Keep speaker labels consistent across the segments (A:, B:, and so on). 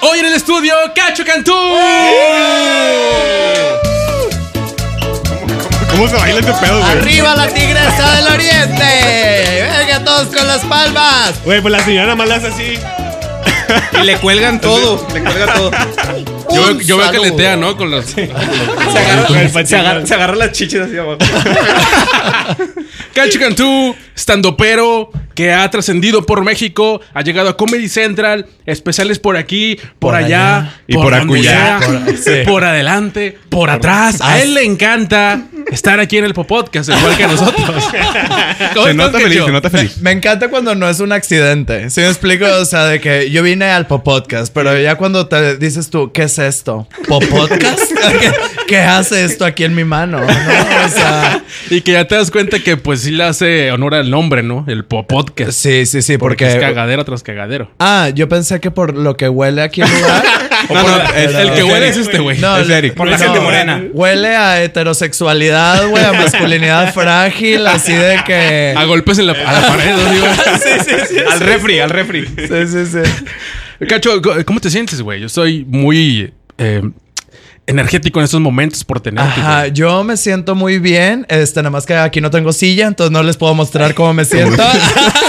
A: Hoy en el estudio, Cacho Cantú.
B: ¿Cómo se baila este pedo, güey?
C: ¡Arriba la tigresa del oriente! ¡Venga todos con las palmas!
B: Güey, pues la señora más la hace así.
D: Y le cuelgan todo. Le cuelgan todo.
A: Yo,
C: Un
A: veo- yo veo que
C: saludo.
A: letea, ¿no? Con los.
D: Se
B: Con el
D: agarra,
B: patín.
D: se agarra, se agarra las chichis así abajo.
A: Cacho Cantú, standopero que ha trascendido por México, ha llegado a Comedy Central, especiales por aquí, por, allá,
B: Y por
A: donde
B: acullá.
A: sea, por,
B: Por- sí.
A: adelante, por atrás. A él le encanta estar aquí en el Popodcast, igual que a nosotros. ¿Cómo
B: Se
A: estás,
B: nota feliz,
A: Cacho?
B: se nota feliz.
C: Me encanta cuando no es un accidente. Si me explico, o sea, de que yo vine al Popodcast, pero ya cuando te dices tú, ¿qué es esto? ¿Popodcast? ¿Qué, qué hace esto aquí en mi mano? ¿No? O sea,
A: Y que ya te das cuenta que pues sí le hace honor al nombre, ¿no? El Popodcast.
C: sí, sí, sí,
A: Porque
C: porque...
A: es cagadero tras cagadero.
C: Ah, yo pensé que por lo que huele aquí el lugar. o
B: No,
C: por-
B: no, es-
A: El que
B: es
A: huele
B: Eric.
A: es este, güey.
B: es Eric. Por
D: la gente morena.
C: Huele a heterosexualidad, güey, a masculinidad frágil, así de que.
A: A golpes en la, a la pared, ¿no? Digo.
D: Al refri, al refri.
C: Sí, sí, sí.
A: Cacho, co- ¿cómo te sientes, güey? Yo soy muy eh, energético en estos momentos por tenerte.
C: Ajá,
A: güey.
C: yo me siento muy bien. Este, nada más que aquí no tengo silla, entonces no les puedo mostrar cómo me siento.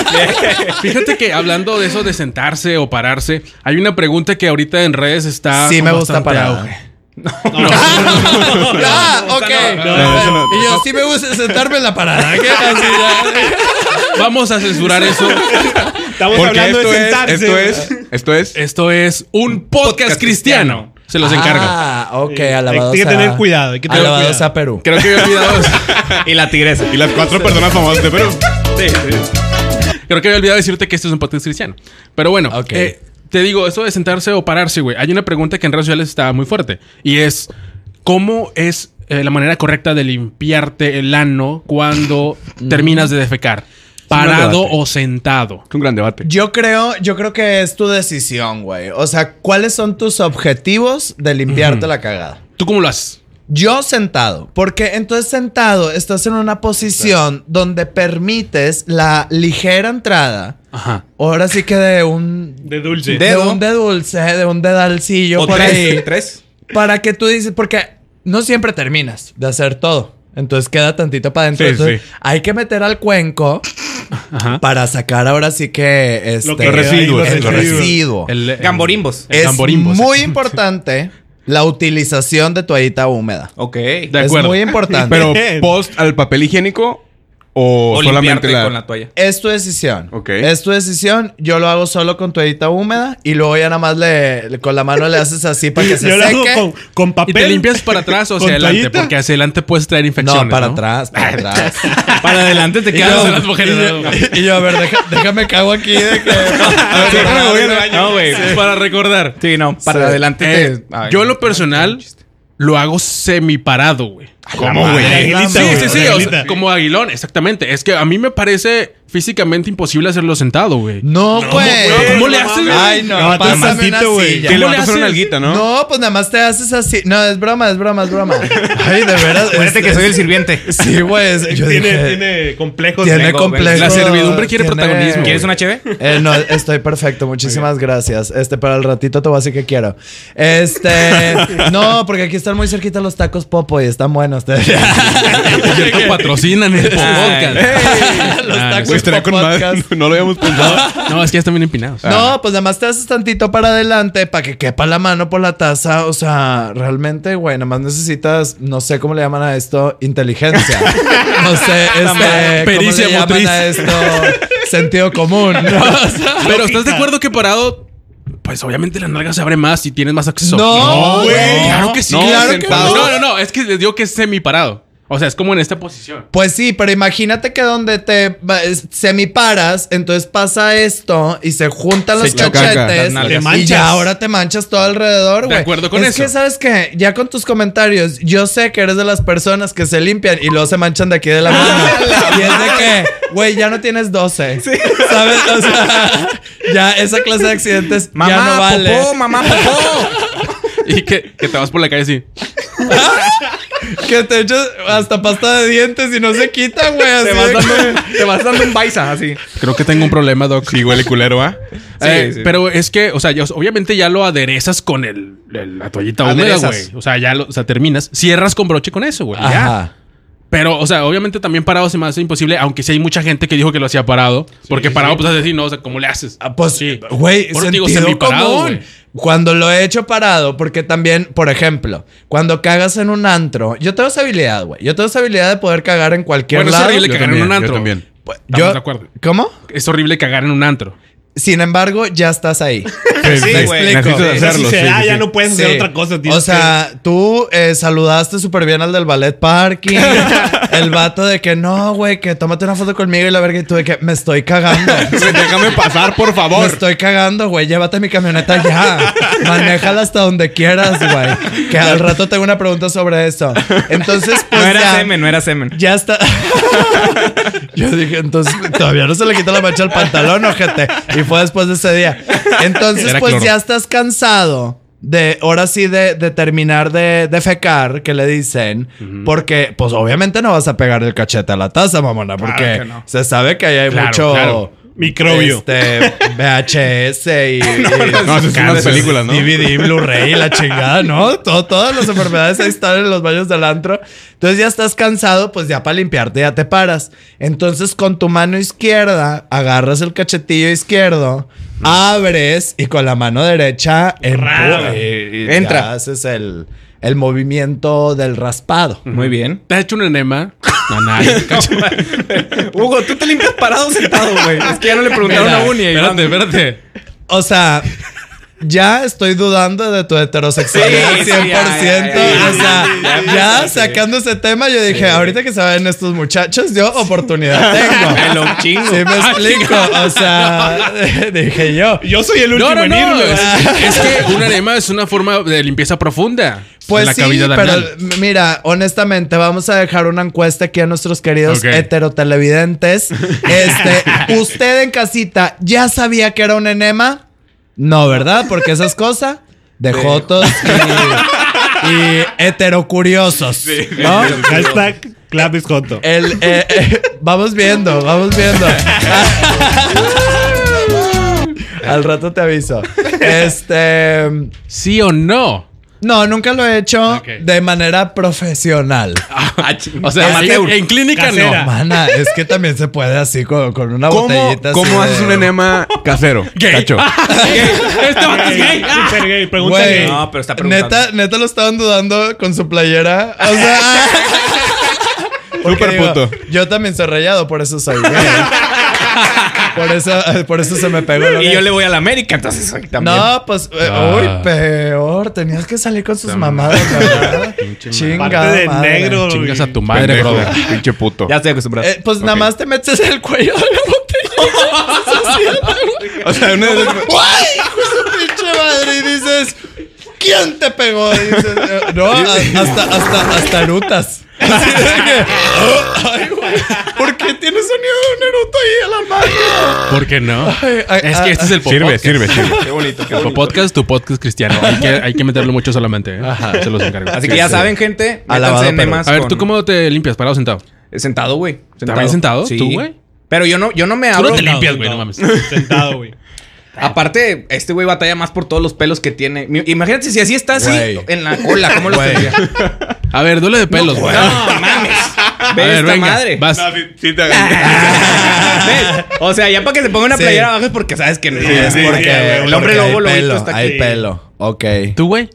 A: Fíjate que hablando de eso de sentarse o pararse, hay una pregunta que ahorita en redes está.
C: Sí,
A: con
C: me gusta
A: bastante
C: parada.
A: auge.
C: ah, ok.
B: no, eso no.
C: Y yo sí me gusta sentarme en la parada. ¿eh? ¿qué? Así,
A: Vamos a censurar eso.
B: Estamos
D: Porque
B: hablando
D: esto
B: de
D: es,
B: sentarse.
D: esto es, esto es.
A: Esto es un podcast,
D: Podcast
A: cristiano.
D: cristiano.
A: Se los encargo.
C: Ah, ok,
B: Hay-
C: alabados.
B: hay que tener
C: a-
B: cuidado, hay que tener
C: alabados
B: cuidado.
C: a Perú.
A: Creo que había olvidado,
D: Y la tigresa.
B: Y las cuatro personas famosas de Perú.
A: creo que había olvidado decirte que esto es un podcast cristiano. Pero bueno,
C: Ok.
A: eh, te digo, eso de sentarse o pararse, güey. Hay una pregunta que en redes sociales está muy fuerte. Y es, ¿cómo es eh, la manera correcta de limpiarte el ano cuando
C: Mm.
A: terminas de defecar? ¿Parado
D: debate.
A: o sentado?
D: Es un gran debate.
C: Yo creo, yo creo que es tu decisión, güey. O sea, ¿cuáles son tus objetivos de limpiarte la cagada?
A: ¿Tú cómo lo haces?
C: Yo sentado, porque entonces sentado estás en una posición donde permites la ligera entrada.
A: Ajá.
C: Ahora sí que de un
B: De dulce.
C: de
D: Dedo.
C: un de dulce, de un dedalcillo
D: ¿O
C: por ahí.
D: tres? ¿Tres?
C: Para que tú dices, porque no siempre terminas de hacer todo. Entonces queda tantito para adentro.
A: Sí,
C: Entonces,
A: sí.
C: Hay que meter al cuenco
A: Ajá.
C: para sacar ahora sí que este,
B: Lo que queda ahí,
A: residuos,
C: el
A: los residuos.
C: residuo.
A: El- el-
D: Gamborimbos.
A: el
C: es
A: gamborimbo,
C: muy
A: sí.
C: importante la utilización de toallita húmeda.
D: Ok.
A: De acuerdo.
C: Es muy importante.
B: Pero
D: post al papel higiénico o,
B: O
D: solamente
B: limpiarte
D: la...
B: con la
D: toalla.
C: Es tu decisión.
D: Ok.
C: Es tu decisión. Yo lo hago solo con toallita húmeda y luego ya nada más le, le- con la mano le haces así para que se
B: Yo lo hago
C: seque.
B: con, con
A: ¿Y
B: papel.
A: te limpias para atrás o
B: ¿Con
A: hacia adelante?
B: toallita?
A: Porque hacia adelante puedes traer infecciones.
C: No, para
A: ¿no?
C: atrás, para atrás.
A: Para adelante te quedas las mujeres. ¿no?
C: Y yo, a ver, deja- déjame cago aquí de que.
D: A ver, déjame, voy al baño.
A: No, güey. Para recordar.
D: Sí, no. Para
C: Sí.
D: adelante.
A: Eh,
D: te- Ay,
A: yo en lo personal lo hago semiparado, güey.
D: Ah,
B: ¿Cómo,
C: La
B: güey?
C: aguilita,
A: Sí,
C: güey,
A: sí, sí,
B: la
A: o
B: aguilita.
A: sea, como aguilón, exactamente. Es que a mí me parece físicamente imposible hacerlo sentado, güey.
C: No, güey.
A: güey, ¿cómo le haces, güey?
C: Ay, no,
B: No,
C: pásame
B: tantito,
C: una
B: güey.
C: silla.
D: Que
A: ¿Cómo
D: le
A: le
D: matas una
A: haces?
D: nalguita, ¿no?
C: No, pues nada más te haces así. No, es broma, es broma, es broma. Ay, de veras.
D: Acuérdate
C: es-
D: que soy el sirviente.
C: Sí, güey. es- Yo
B: tiene,
C: dije,
B: tiene complejos.
C: tiene
D: vengo,
C: complejo.
A: La servidumbre quiere
C: tiene-
A: protagonismo.
D: ¿Quieres una cheve?
C: Eh, no, estoy perfecto. Muchísimas gracias. Este, para el ratito te voy a decir que quiero. Este, no, porque aquí están muy cerquita los tacos popo y están buenos. te-
A: Por cierto, patrocinan el podcast.
C: los
A: Ah,
C: tacos
B: Güey, estaría con
C: popo
B: madre.
C: podcast.
B: No, lo habíamos pensado.
A: No, es que ya están bien empinados. Ah.
C: No, pues nada más te haces tantito para adelante para que quepa la mano por la taza. O sea, realmente, güey, nada más necesitas, no sé cómo le llaman a esto, inteligencia. No sé, este,
A: Pericia
C: ¿cómo le
A: motriz.
C: llaman a esto, sentido común. ¿no? O sea,
A: Pero ¿estás de acuerdo que parado? Pues obviamente la nalga se abre más y tienes más acceso.
C: No,
B: güey.
A: Claro que sí.
D: No,
A: claro que
D: sentado.
A: no. No, no, no, Es que les digo que es semiparado. O sea, es como en esta posición.
C: Pues sí, pero imagínate que donde te va- es- semiparas, entonces pasa esto y se juntan los
D: chocan, las
C: cachetes
D: nalgas.
B: Te
C: y
B: manchas.
C: ya ahora te manchas todo alrededor, güey.
A: acuerdo con
C: es
A: eso.
C: que sabes que ya con tus comentarios, yo sé que eres de las personas que se limpian y luego se manchan de aquí de la mano. y es de que, güey, ya no tienes 12. ¿Sabes? O sea, ya esa clase de accidentes ya no vale.
D: mamá, popó.
A: Y que, que te vas por la calle así.
C: que te echas hasta pasta de dientes y no se quita, güey. así
D: Te
C: de
D: vas,
C: que-
D: dando, te vas dando un baisa así.
A: Creo que tengo un problema, Doc.
B: Sí, huele culero, ¿ah?
A: Eh,
D: sí.
A: Pero es que, o sea, ya- obviamente ya lo aderezas con el, el- la toallita húmeda,
D: Aderezas.
A: güey. O sea, ya lo, o sea, terminas. Cierras con broche con eso, güey. Ya.
C: Ajá.
A: Pero, o sea, obviamente también parado se me hace imposible, aunque sí hay mucha gente que dijo que lo hacía parado. porque parado, pues, vas a decir, no, o sea, ¿cómo le haces?
C: Ah, Pues,
A: Sí.
C: güey,
A: Por eso te digo,
C: sentido
A: semiparado,
C: común.
A: güey.
C: Cuando lo he hecho parado, porque también, por ejemplo, cuando cagas en un antro, yo tengo esa habilidad, güey. Yo tengo esa habilidad de poder cagar en cualquier
A: Bueno, es
C: lado.
A: horrible
B: Yo
A: cagar en
B: también,
A: un
B: yo
A: antro.
B: también.
A: Estamos de acuerdo.
C: ¿Cómo?
A: Es horrible cagar en un antro.
C: Sin embargo, ya estás ahí.
B: Sí,
D: Sí, güey.
B: güey. Necesito
C: Sí,
B: hacerlo.
D: sí,
B: sí,
D: ah,
B: sí,
D: ya
B: sí.
D: no puedes
C: Sí.
D: hacer otra cosa.
C: O
D: tienes
C: sea, tú eh, saludaste súper bien al del ballet parking. el vato de que no, güey, que tómate una foto conmigo y la verga. Y tú de que me estoy cagando.
B: Déjame pasar, por
C: Me
B: favor.
C: estoy cagando, güey. Llévate mi camioneta ya. Manéjala hasta donde quieras, güey. Que al rato tengo una pregunta sobre eso. Entonces,
D: que-
C: pues
D: no era
C: ya,
D: semen, no era semen.
C: ya está. Yo dije, entonces, todavía no se le quita la mancha al pantalón, ojete. Y fue después de ese día. Entonces,
A: Era
C: pues
A: cloro.
C: ya estás cansado de, ahora sí, de, de terminar de, de fecar, que le dicen. Porque, pues obviamente no vas a pegar el cachete a la taza, mamona. Porque
D: que no.
C: se sabe que ahí hay
A: Claro,
C: mucho...
A: claro.
B: Microbio.
C: Este, VHS y. y-
B: No, eso es unas películas, ¿no?
C: DVD, Blu-ray, y la chingada, ¿no? Todo- todas las enfermedades ahí están en los baños del antro. Entonces ya estás cansado, pues ya para limpiarte ya te paras. Entonces con tu mano izquierda agarras el cachetillo izquierdo, abres y con la mano derecha empu- y- y ya
D: Entra.
C: haces el, el movimiento del raspado.
D: Muy bien.
A: ¿Te has hecho un enema? No, nada.
D: Hugo, tú te limpias parado o sentado, güey. Es que ya no le preguntaron
C: Mira,
D: a Uni. ahí van.
A: espérate, espérate.
C: O sea, ya estoy dudando de tu heterosexualidad
D: Sí, sí,
C: 100%.
D: ya, ya, ya,
C: o sea, ya, sacando ese tema, yo dije, ahorita que se vayan estos muchachos, yo oportunidad tengo.
D: Me lo chingo.
C: Sí me explico, o sea, dije yo.
B: Yo soy el
A: No,
B: último
A: no,
B: en
A: no.
B: irme.
A: Es, es que un enema es una forma de limpieza profunda.
C: Pues
A: En la
C: sí,
A: cavidad
C: pero
A: anal.
C: m- mira, honestamente, vamos a dejar una encuesta aquí a nuestros queridos
A: Ok.
C: heterotelevidentes. Este, usted en casita ya sabía que era un enema. No, ¿verdad? Porque esas cosas de jotos y, y heterocuriosos. ¿no?
B: Hashtag Clavis Joto.
C: El, eh, eh, vamos viendo, vamos viendo. Al rato te aviso. Este.
A: ¿Sí o no?
C: No, nunca lo he hecho
A: Ok.
C: de manera profesional.
A: O sea,
D: Amateur.
A: en, en clínica
B: Casera.
A: no.
C: Mana, es que también se puede así con, con una
B: ¿Cómo,
C: botellita.
B: cómo
C: así
B: haces
C: de-
B: un enema casero? Cacho.
A: Este vato es gay. Ah.
B: Super gay. Pregunta
C: Güey,
B: gay.
D: No, pero está preguntando.
C: neta, neta lo estaban dudando con su playera. O sea. porque
B: Súper
C: digo,
B: puto.
C: Yo también soy rayado, por eso soy gay. por, eso, eh, por eso se me pegó. lo
D: Y
C: gay.
D: yo le voy a la América, entonces soy también.
C: No, pues, eh,
A: Ah.
C: uy, peor. Tenías que salir con sus mamadas, ¿verdad? Chinga.
B: Parte de
C: madre.
B: negro.
A: Chingas a tu
B: güey.
A: madre,
B: Pendejo,
A: brother.
B: Pinche puto.
D: Ya estoy acostumbrado.
C: Eh, pues nada
B: Ok.
C: más te metes el cuello de la botella.
B: O sea, una de las-
C: ¡Ay, hijo de su pinche madre! Y dices, ¿quién te pegó? Y dices, eh, no, a- hasta, hasta, hasta erutas. Así de que, oh, ay, güey, ¿Por qué tiene sonido de un eruto ahí a la mano?
A: ¿Por qué no?
C: Ay, ah, ay,
A: es que
C: ay,
A: este es el
B: Sirve,
A: podcast.
B: sirve, sirve.
D: Qué bonito, qué
A: El podcast, tu podcast cristiano. Hay que, hay que meterlo mucho solamente. ¿eh? Se los encargo.
D: Así que ya
A: Sí.
D: saben, gente,
C: Alabado,
D: métanse
C: pero-
D: enemas
A: A ver,
D: con-
A: ¿tú cómo te limpias? Parado o sentado.
D: Eh, Sentado, güey.
A: ¿También sentado?
D: Sí.
A: ¿Tú, güey?
D: Pero yo no, yo no me
A: Tú
D: abro.
A: no te limpias, güey, no mames.
B: Sentado, güey.
D: Aparte, este güey batalla más por todos los pelos que tiene. Mi- Imagínate si así está así
C: Güey.
D: en la cola, ¿cómo lo
C: Güey.
D: tendría?
A: A ver, duele de pelos, güey.
D: No mames.
A: a
D: Ve
A: ver,
D: esta
A: venga,
D: madre.
A: Vas.
B: No, sí, sí te agarré.
A: Ah.
D: ¿Ves? O sea, ya para que se ponga una
C: Sí.
D: playera abajo es porque sabes que no.
B: Sí,
D: es
B: sí,
D: porque
B: sí, güey,
D: el hombre
C: ah, porque
D: lobo
C: hay
D: lo
C: pelo,
D: está
C: Hay
D: aquí.
C: pelo, ok.
A: ¿Tú, güey?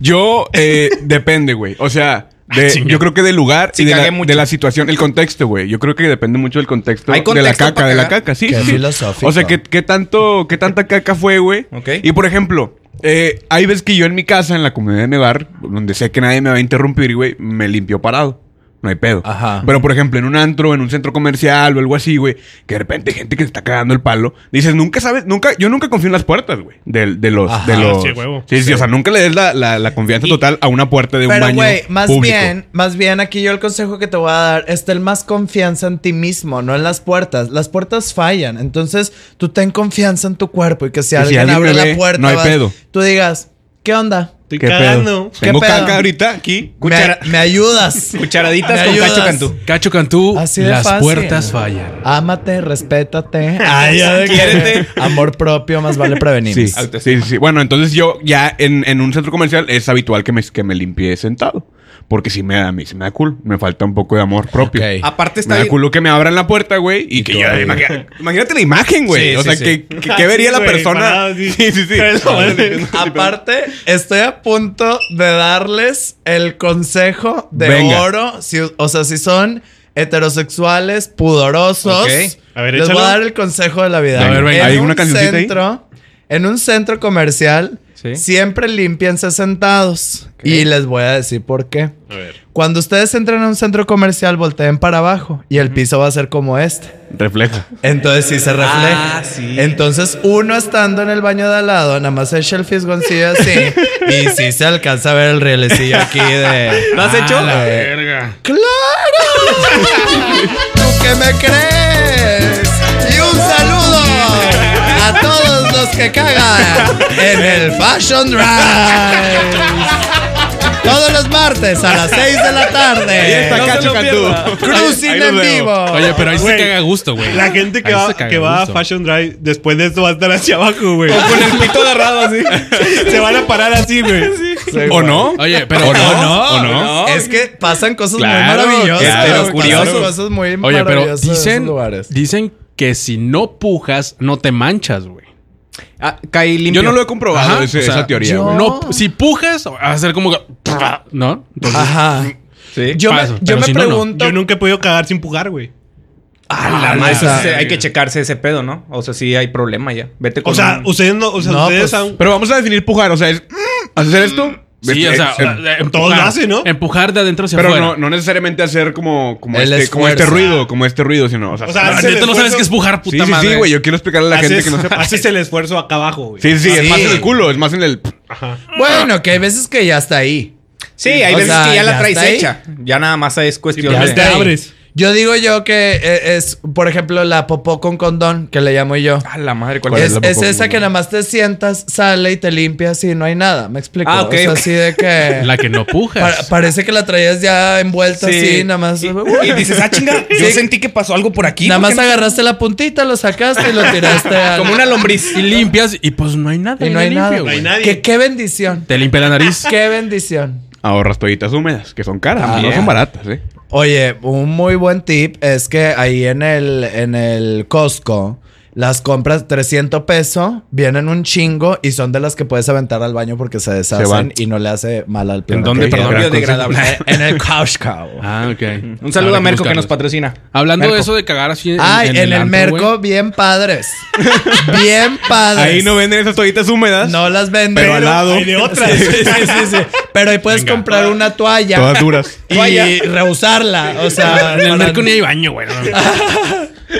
B: Yo, eh, depende, güey. O sea,
C: Ah,
B: de-
A: chinga.
B: yo creo que del lugar
D: Sí,
B: y de la,
D: cagué mucho.
B: de la situación, el contexto, güey. Yo creo que depende mucho del contexto,
D: Hay
B: de la
D: contexto
B: caca,
D: pa'
B: de la
D: cagar.
B: caca, sí.
C: Qué
B: sí.
C: filosófico.
B: O sea, ¿qué, qué tanto, qué tanta caca fue, güey?
D: Ok.
B: Y por ejemplo, eh, hay veces que yo en mi casa, en la comunidad de mi bar, donde sé que nadie me va a interrumpir, güey, me limpio parado. No hay pedo.
C: Ajá.
B: Pero, por ejemplo, en un antro, en un centro comercial o algo así, güey, que de repente hay gente que se está cagando el palo. Dices, nunca sabes, nunca, yo nunca confío en las puertas, güey. De, de los,
C: Ajá.
B: pues, de los.
A: Sí, huevo.
B: Sí, sí, o sea, nunca le des la, la- la confianza total a una puerta de un
C: Pero,
B: baño
C: güey, más
B: público.
C: bien, más bien aquí yo el consejo que te voy a dar es ten más confianza en ti mismo, no en las puertas. Las puertas fallan, entonces tú ten confianza en tu cuerpo y que si
B: Y si
C: alguien
B: alguien
C: abre
B: me
C: la
B: ve,
C: puerta,
B: no hay
C: vas-
B: pedo.
C: tú digas, ¿qué onda?
E: Estoy
B: ¿Qué pedo?
E: cagando.
C: ¿Qué
B: Tengo
C: pedo?
B: caca ahorita aquí.
C: Me,
D: Cuchara-
C: me ayudas.
D: Cucharaditas
C: Me
D: con
C: ayudas.
D: Cacho Cantú.
A: Cacho Cantú,
C: Así de
A: las
C: fácil.
A: puertas fallan.
C: Ámate, respétate. Ay, ya de que-
D: Quiérete.
C: Amor propio, más vale prevenir.
B: Sí, sí, sí. Bueno, entonces yo ya en, en un centro comercial es habitual que me, que me limpie sentado. Porque si me da, a mí sí me da cool. Me falta un poco de amor propio.
C: Ok.
D: Aparte está
B: Me da
D: bien-
B: culo que me abran la puerta, güey. Y, que yo... imagina- Imagínate la imagen, güey.
D: Sí,
B: o
D: sí,
B: sea,
D: sí.
B: que, que- que vería
E: Sí,
B: la
E: güey,
B: persona...
E: parado, sí.
B: sí, sí, sí.
C: Aparte, estoy a punto de darles el consejo de
B: Venga.
C: oro. Si, o sea, si son heterosexuales, pudorosos,
D: Ok.
E: A ver,
C: les
E: échalo.
C: voy a dar el consejo de la vida.
B: A ver, venga. ¿Hay
C: En
B: una
C: un
B: cancioncita ahí?
C: centro, En un centro comercial,
D: Sí.
C: siempre limpiense sentados. Y les voy a decir por qué.
E: A ver.
C: Cuando ustedes entren a un centro comercial, volteen para abajo y el piso va a ser como este.
B: Refleja.
C: Entonces sí se refleja.
D: Ah, sí.
C: Entonces uno estando en el baño de al lado, nada más echa el fisgoncillo así. y sí se alcanza a ver el rielecillo aquí de. "Ah,
D: ¿Lo has hecho?
C: la ver-
A: Verga.
C: ¡Claro! ¿Tú qué me crees? Y un saludo a todos los que cagan en el Fashion Drive. Todos los martes a las 6 de la
B: Ahí está
C: tarde.
B: Cacho Cantú.
C: Cruising
B: Ahí los
C: en
B: veo.
C: vivo.
A: Oye, pero ahí se
E: Güey,
A: caga a gusto, güey.
E: La gente que
A: Ahí
E: va,
A: se caga
E: que va a
A: gusto.
E: Fashion Drive después de esto va a estar hacia abajo, güey.
D: Con el pito agarrado así.
E: Se van a parar así, güey.
B: ¿O no?
A: Oye, pero
B: ¿O no? ¿O no?
D: No.
C: Es que pasan cosas
B: Claro,
C: muy maravillosas.
B: claro,
C: pasan
D: curioso.
C: cosas muy
A: Oye, pero
C: maravillosas en esos
A: dicen,
C: lugares.
A: dicen que si no pujas, no te manchas, güey.
D: Ah, caí limpio.
B: Yo no lo he comprobado
A: Ajá,
B: ese-
A: o sea,
B: esa teoría,
C: yo-
B: güey.
A: No, si pujas, vas a hacer como que. ¿No? Entonces,
C: Ajá.
D: Sí.
C: Yo
A: paso,
C: me, yo
A: pero
C: me
A: si no, no.
C: pregunto.
E: Yo nunca he podido cagar sin pujar, güey.
D: Ah, la
C: Ah,
D: madre,
C: o sea,
D: sí, hay que checarse ese pedo, ¿no? O sea, sí hay problema ya. Vete con
E: O sea,
D: un-
E: ustedes no, o sea,
C: No,
E: ustedes
C: pues,
E: han-
B: Pero vamos a definir pujar. O sea, es... mm, ¿Hacer esto?
A: Sí,
B: Es-
A: o sea, eh,
B: es- em-
A: empujar,
E: todos lo hacen, ¿no?
A: Empujar de adentro hacia
B: pero
A: afuera.
B: no, no necesariamente hacer como, como,
C: El
B: este, como
C: esfuerzo.
B: este ruido, como este ruido, sino... O sea,
E: O sea,
B: no,
A: La
E: hacer
A: neta no sabes
E: esfuerzo.
A: qué es pujar,
B: Sí,
A: puta
B: sí,
A: madre.
B: sí, güey. Yo quiero explicarle a la gente
E: haces-
B: que no sepa.
E: Haces el esfuerzo acá abajo, güey.
B: Sí, sí, es
C: Sí.
B: más en el culo, es más en el.
C: Bueno, que hay veces que ya está ahí.
D: Sí, hay
C: O
D: veces
C: sea,
D: que ya la
C: ya
D: traes
C: está ahí.
D: hecha. Ya nada más es cuestión
E: Ya
D: de.
E: está.
C: Ahí.
E: abres.
C: Yo digo yo que eh, es, por ejemplo, la popó con condón, que le llamo yo.
D: Ah, la madre, ¿cuál
B: ¿Cuál
D: es?
C: Es,
B: la popó
C: es
B: con
C: esa que
B: condón?
C: nada más te sientas, sale y te limpias y no hay nada. Me explico.
D: Ah, ok,
C: o sea,
D: ok.
C: así de que.
A: La que no pujas.
C: pa- parece que la traías ya envuelta así, nada más.
D: Y, y dices, ah, chinga, yo sentí que pasó algo por aquí.
C: nada
D: ¿por
C: más
D: qué no?"
C: agarraste la puntita, lo sacaste y lo tiraste al-
D: Como una lombriz.
A: y limpias y pues no hay nada.
C: Y no
A: ahí
C: hay
A: limpio,
C: nada.
A: güey.
E: hay nada. nadie.
C: Que qué bendición.
A: Te limpia la nariz.
C: Qué bendición.
B: Ahorras toallitas húmedas, que son caras,
D: Ah,
B: no
D: yeah.
B: son baratas, ¿eh?
C: Oye, un muy buen tip es que ahí en el, en el Costco, las compras 300 pesos, vienen un chingo y son de las que puedes aventar al baño porque se deshacen
B: van.
C: y no le hace mal al plano.
A: dónde,
C: Ok,
A: perdón?
C: gran-
D: Biodegradable.
C: En el Costco.
A: Ah, ok.
D: eh, Un saludo
A: Habrá
D: a Merco que nos
A: buscarlos.
D: patrocina.
A: Hablando de
D: Merco.
A: eso de cagar así en,
C: Ay, en, el,
A: antro,
C: Merco,
A: güey.
C: bien padres. Bien padres.
B: Ahí no venden esas toallitas húmedas.
C: No las venden.
B: Pero al lado.
E: Hay de otras.
C: Sí, sí, sí, sí. Pero ahí puedes
A: Venga.
C: comprar una toalla.
B: Todas duras.
C: y
D: Toalla.
C: reusarla. O sea,
A: En el
C: para-
A: Merco ni hay baño, güey.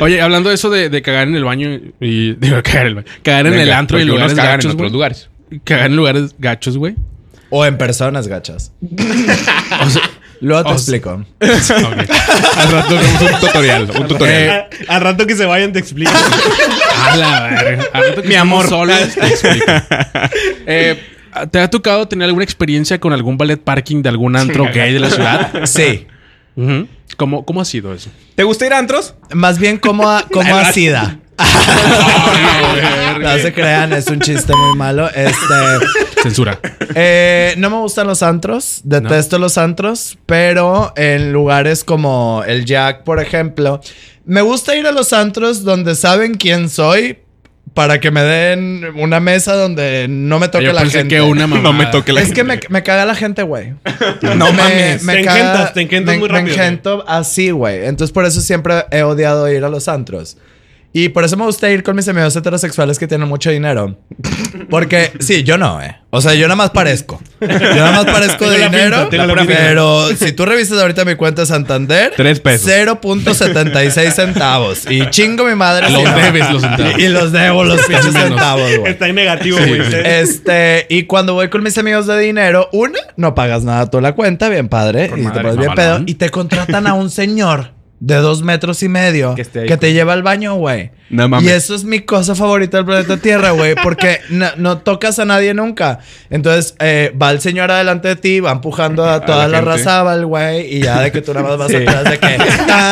A: Oye, hablando de eso de, de cagar en el baño y... Digo, cagar en el baño. Cagar en el
B: Venga,
A: antro y
B: porque
A: lugares
B: unos cagan en
A: gachos,
B: otros
A: güey.
B: lugares.
A: Cagar en lugares gachos, güey.
C: O en personas, gachas. Luego te
A: o sea-
C: explico.
A: Ok.
B: Al rato hacemos un tutorial. Un tutorial.
E: Eh, Al rato que se vayan te explico.
A: A la verga. Al rato que
D: Mi
A: estemos
D: amor.
A: solos, te explico. Eh, ¿Te ha tocado tener alguna experiencia con algún ballet parking de algún antro gay de la ciudad?
C: Sí.
A: Ujú. ¿Cómo, ¿Cómo ha sido eso?
D: ¿Te gusta ir a antros?
C: Más bien como, a- como ácida. no se crean, es un chiste muy malo. Este,
A: Censura.
C: eh, no me gustan los antros, detesto los antros, pero en lugares como el Jack, por ejemplo, me gusta ir a los antros donde saben quién soy para que me den una mesa donde no me toque
A: Yo
C: la
A: pensé
C: gente.
A: que una mamá.
B: No me toque la
C: Es que me, me caga la gente, güey.
D: No
C: me,
D: mames.
E: Te engentas, te engentas
C: me-
E: muy rápido,
C: Me
E: güey.
C: engento así, güey. Entonces, por eso siempre he odiado ir a los antros. Y por eso me gusta ir con mis amigos heterosexuales que tienen mucho dinero. Porque, sí, yo no, eh. O sea, yo nada más parezco. Yo nada más parezco
E: Tengo
C: de
E: la pinta,
C: dinero.
E: tengo la pinta.
C: pero si tú revisas ahorita mi cuenta de Santander,
B: Tres pesos.
C: 0.76 centavos. Y chingo mi madre.
A: Los
C: si no.
A: debes los centavos.
C: Y, y los debo los pinches
A: menos.
C: centavos, güey.
E: Está en negativo, güey.
A: Sí,
E: Ustedes-
C: Este, y cuando voy con mis amigos de dinero, una, no pagas nada toda la cuenta, bien padre, y te
A: madre,
C: pones bien
A: mamalón.
C: pedo, y te contratan a un señor de dos metros y medio
D: Que
C: que,
D: esté ahí,
C: te lleva al baño, güey.
B: No mames.
C: Y eso es mi cosa favorita del planeta Tierra, güey, porque na- no tocas a nadie nunca. Entonces, eh, va el señor adelante de ti, va empujando a toda la,
B: la gente.
C: raza, va el güey, y ya de que tú nada más vas atrás de que...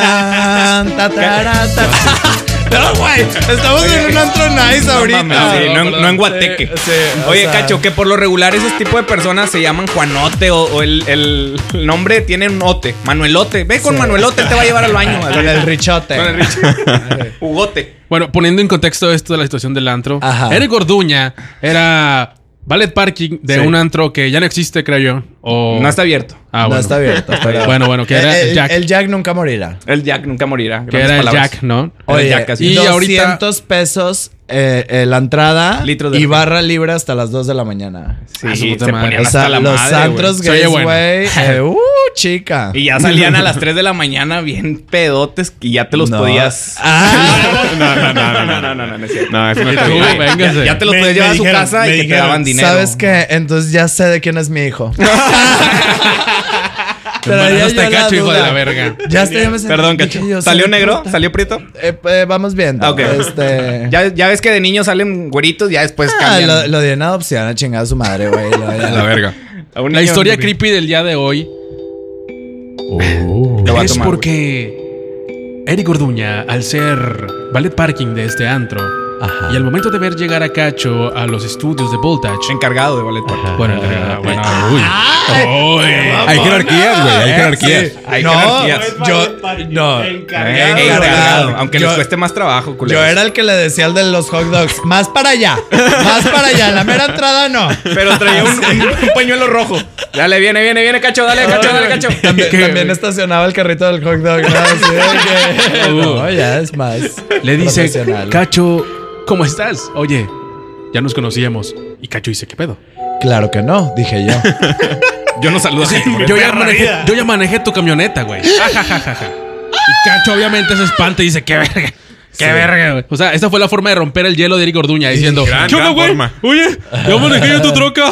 C: tan, ta, tará, ta. No, güey, estamos en un antro nice ahorita.
D: Sí, no, en-
C: perdón.
D: no en Guateque.
C: Sí, sí, o
D: Oye,
C: sea,
D: Cacho, que por lo regular esos tipos de personas se llaman Juanote o, o el, el- el nombre tiene un ote. Manuelote. Ve con
C: Sí.
D: Manuelote, él te va a llevar al baño.
C: Con el richote.
D: Con el Rich. Hugote.
A: Bueno, poniendo en contexto esto de la situación del antro,
C: Ajá.
A: Eric Orduña era ballet parking de
D: Sí.
A: un antro que ya no existe, creo yo. O...
D: No está abierto.
A: Ah,
C: No
A: bueno.
C: está abierto, pero-
A: Bueno, bueno, que era
C: el, el-
A: Jack.
C: el Jack nunca morirá.
D: El Jack nunca morirá.
A: que era
D: Grandes
A: el
D: palabras.
A: Jack, ¿no?
D: Era el
C: Oye,
D: Jack, así.
A: y
C: y
A: ahorita-
C: 200 pesos eh, eh, la entrada
D: Litros de
C: y
D: refresco.
C: barra libre hasta las 2 de la mañana.
D: Sí,
A: Ah, su
D: se
A: puta
D: ponían
A: madre.
C: O
D: hasta
C: sea,
D: la
C: los
D: madre, güey.
C: antros
A: Se oye
C: gays,
A: bueno.
C: güey. eh, uh, chica.
D: Y ya salían a las 3 de la mañana bien pedotes y ya te los
C: No.
D: podías.
C: Ah,
B: No, no, no, no, no, no,
D: no, no es cierto.
B: no, eso no está
A: Tú,
B: bien.
D: Ya,
A: véngase.
D: ya te los
E: Me-
D: podías
E: me
D: llevar
E: dijeron,
D: a su casa y
E: me
D: que
E: dijeron.
D: te daban dinero.
C: ¿sabes qué? Entonces ya sé de quién es mi hijo. Traía
A: Embarazaste
C: yo
A: a
C: la
A: Cacho, hijo de
C: duda.
A: la verga.
C: Ya estoy, ya me sentí-
D: Perdón,
C: dije
D: Cacho.
C: yo,
D: ¿Salió
C: ¿será
D: negro?
C: puta?
D: ¿Salió prieto?
C: Eh, eh, vamos viendo.
D: Ah, ok.
C: Este.
D: Ya, ya ves que de niños salen güeritos, ya después
C: Ah,
D: cambian.
C: lo, lo dieron a adopción a chingar a su madre, güey. Lo-
B: A la verga.
D: A un
A: La
D: niño
A: historia
D: lo vi.
A: creepy del día de hoy
D: Oh. Lo va a
A: es
D: tomar, güey.
A: porque Eric Orduña, al ser ballet parking de este antro, y al momento de ver llegar a Cacho a los estudios de Voltage,
D: Encargado de Ballet Park.
A: bueno, eh, bueno, uy. Uy.
B: Hay jerarquías, güey. Hay jerarquías.
D: Hay
C: eh, no,
D: jerarquías.
C: yo, no,
E: Encargado.
D: Eh, encargado,
C: encargado.
D: aunque
C: Yo-
D: les cueste más trabajo,
C: yo
D: culeros.
C: era el que le decía al de los hot dogs, más para allá, más para allá, la mera entrada no.
D: Pero traía un, un pañuelo rojo. Dale, viene, viene, viene, cacho, dale, cacho, dale, cacho.
C: También, también estacionaba el carrito del hot dog. ¿no? Así de que-
A: Uh.
C: no, ya es más.
A: Le dice,
C: profesional.
A: Cacho, ¿cómo estás? Oye, ya nos conocíamos. Y Cacho dice, ¿qué pedo?
C: Claro que no, dije yo.
D: Yo no saludo así.
A: Yo ya,
E: perra
A: manejé,
E: vida.
A: yo ya manejé tu camioneta, güey. Ja, ja, ja, ja, ja. Y Cacho obviamente se espanta y dice, qué verga. Qué verga, güey. O sea, esa fue la forma de romper el hielo de Eric Orduña diciendo,
B: Gran,
A: "¿Qué onda,
B: gran
A: güey?
B: forma.
A: Oye, yo manejé yo tu troca.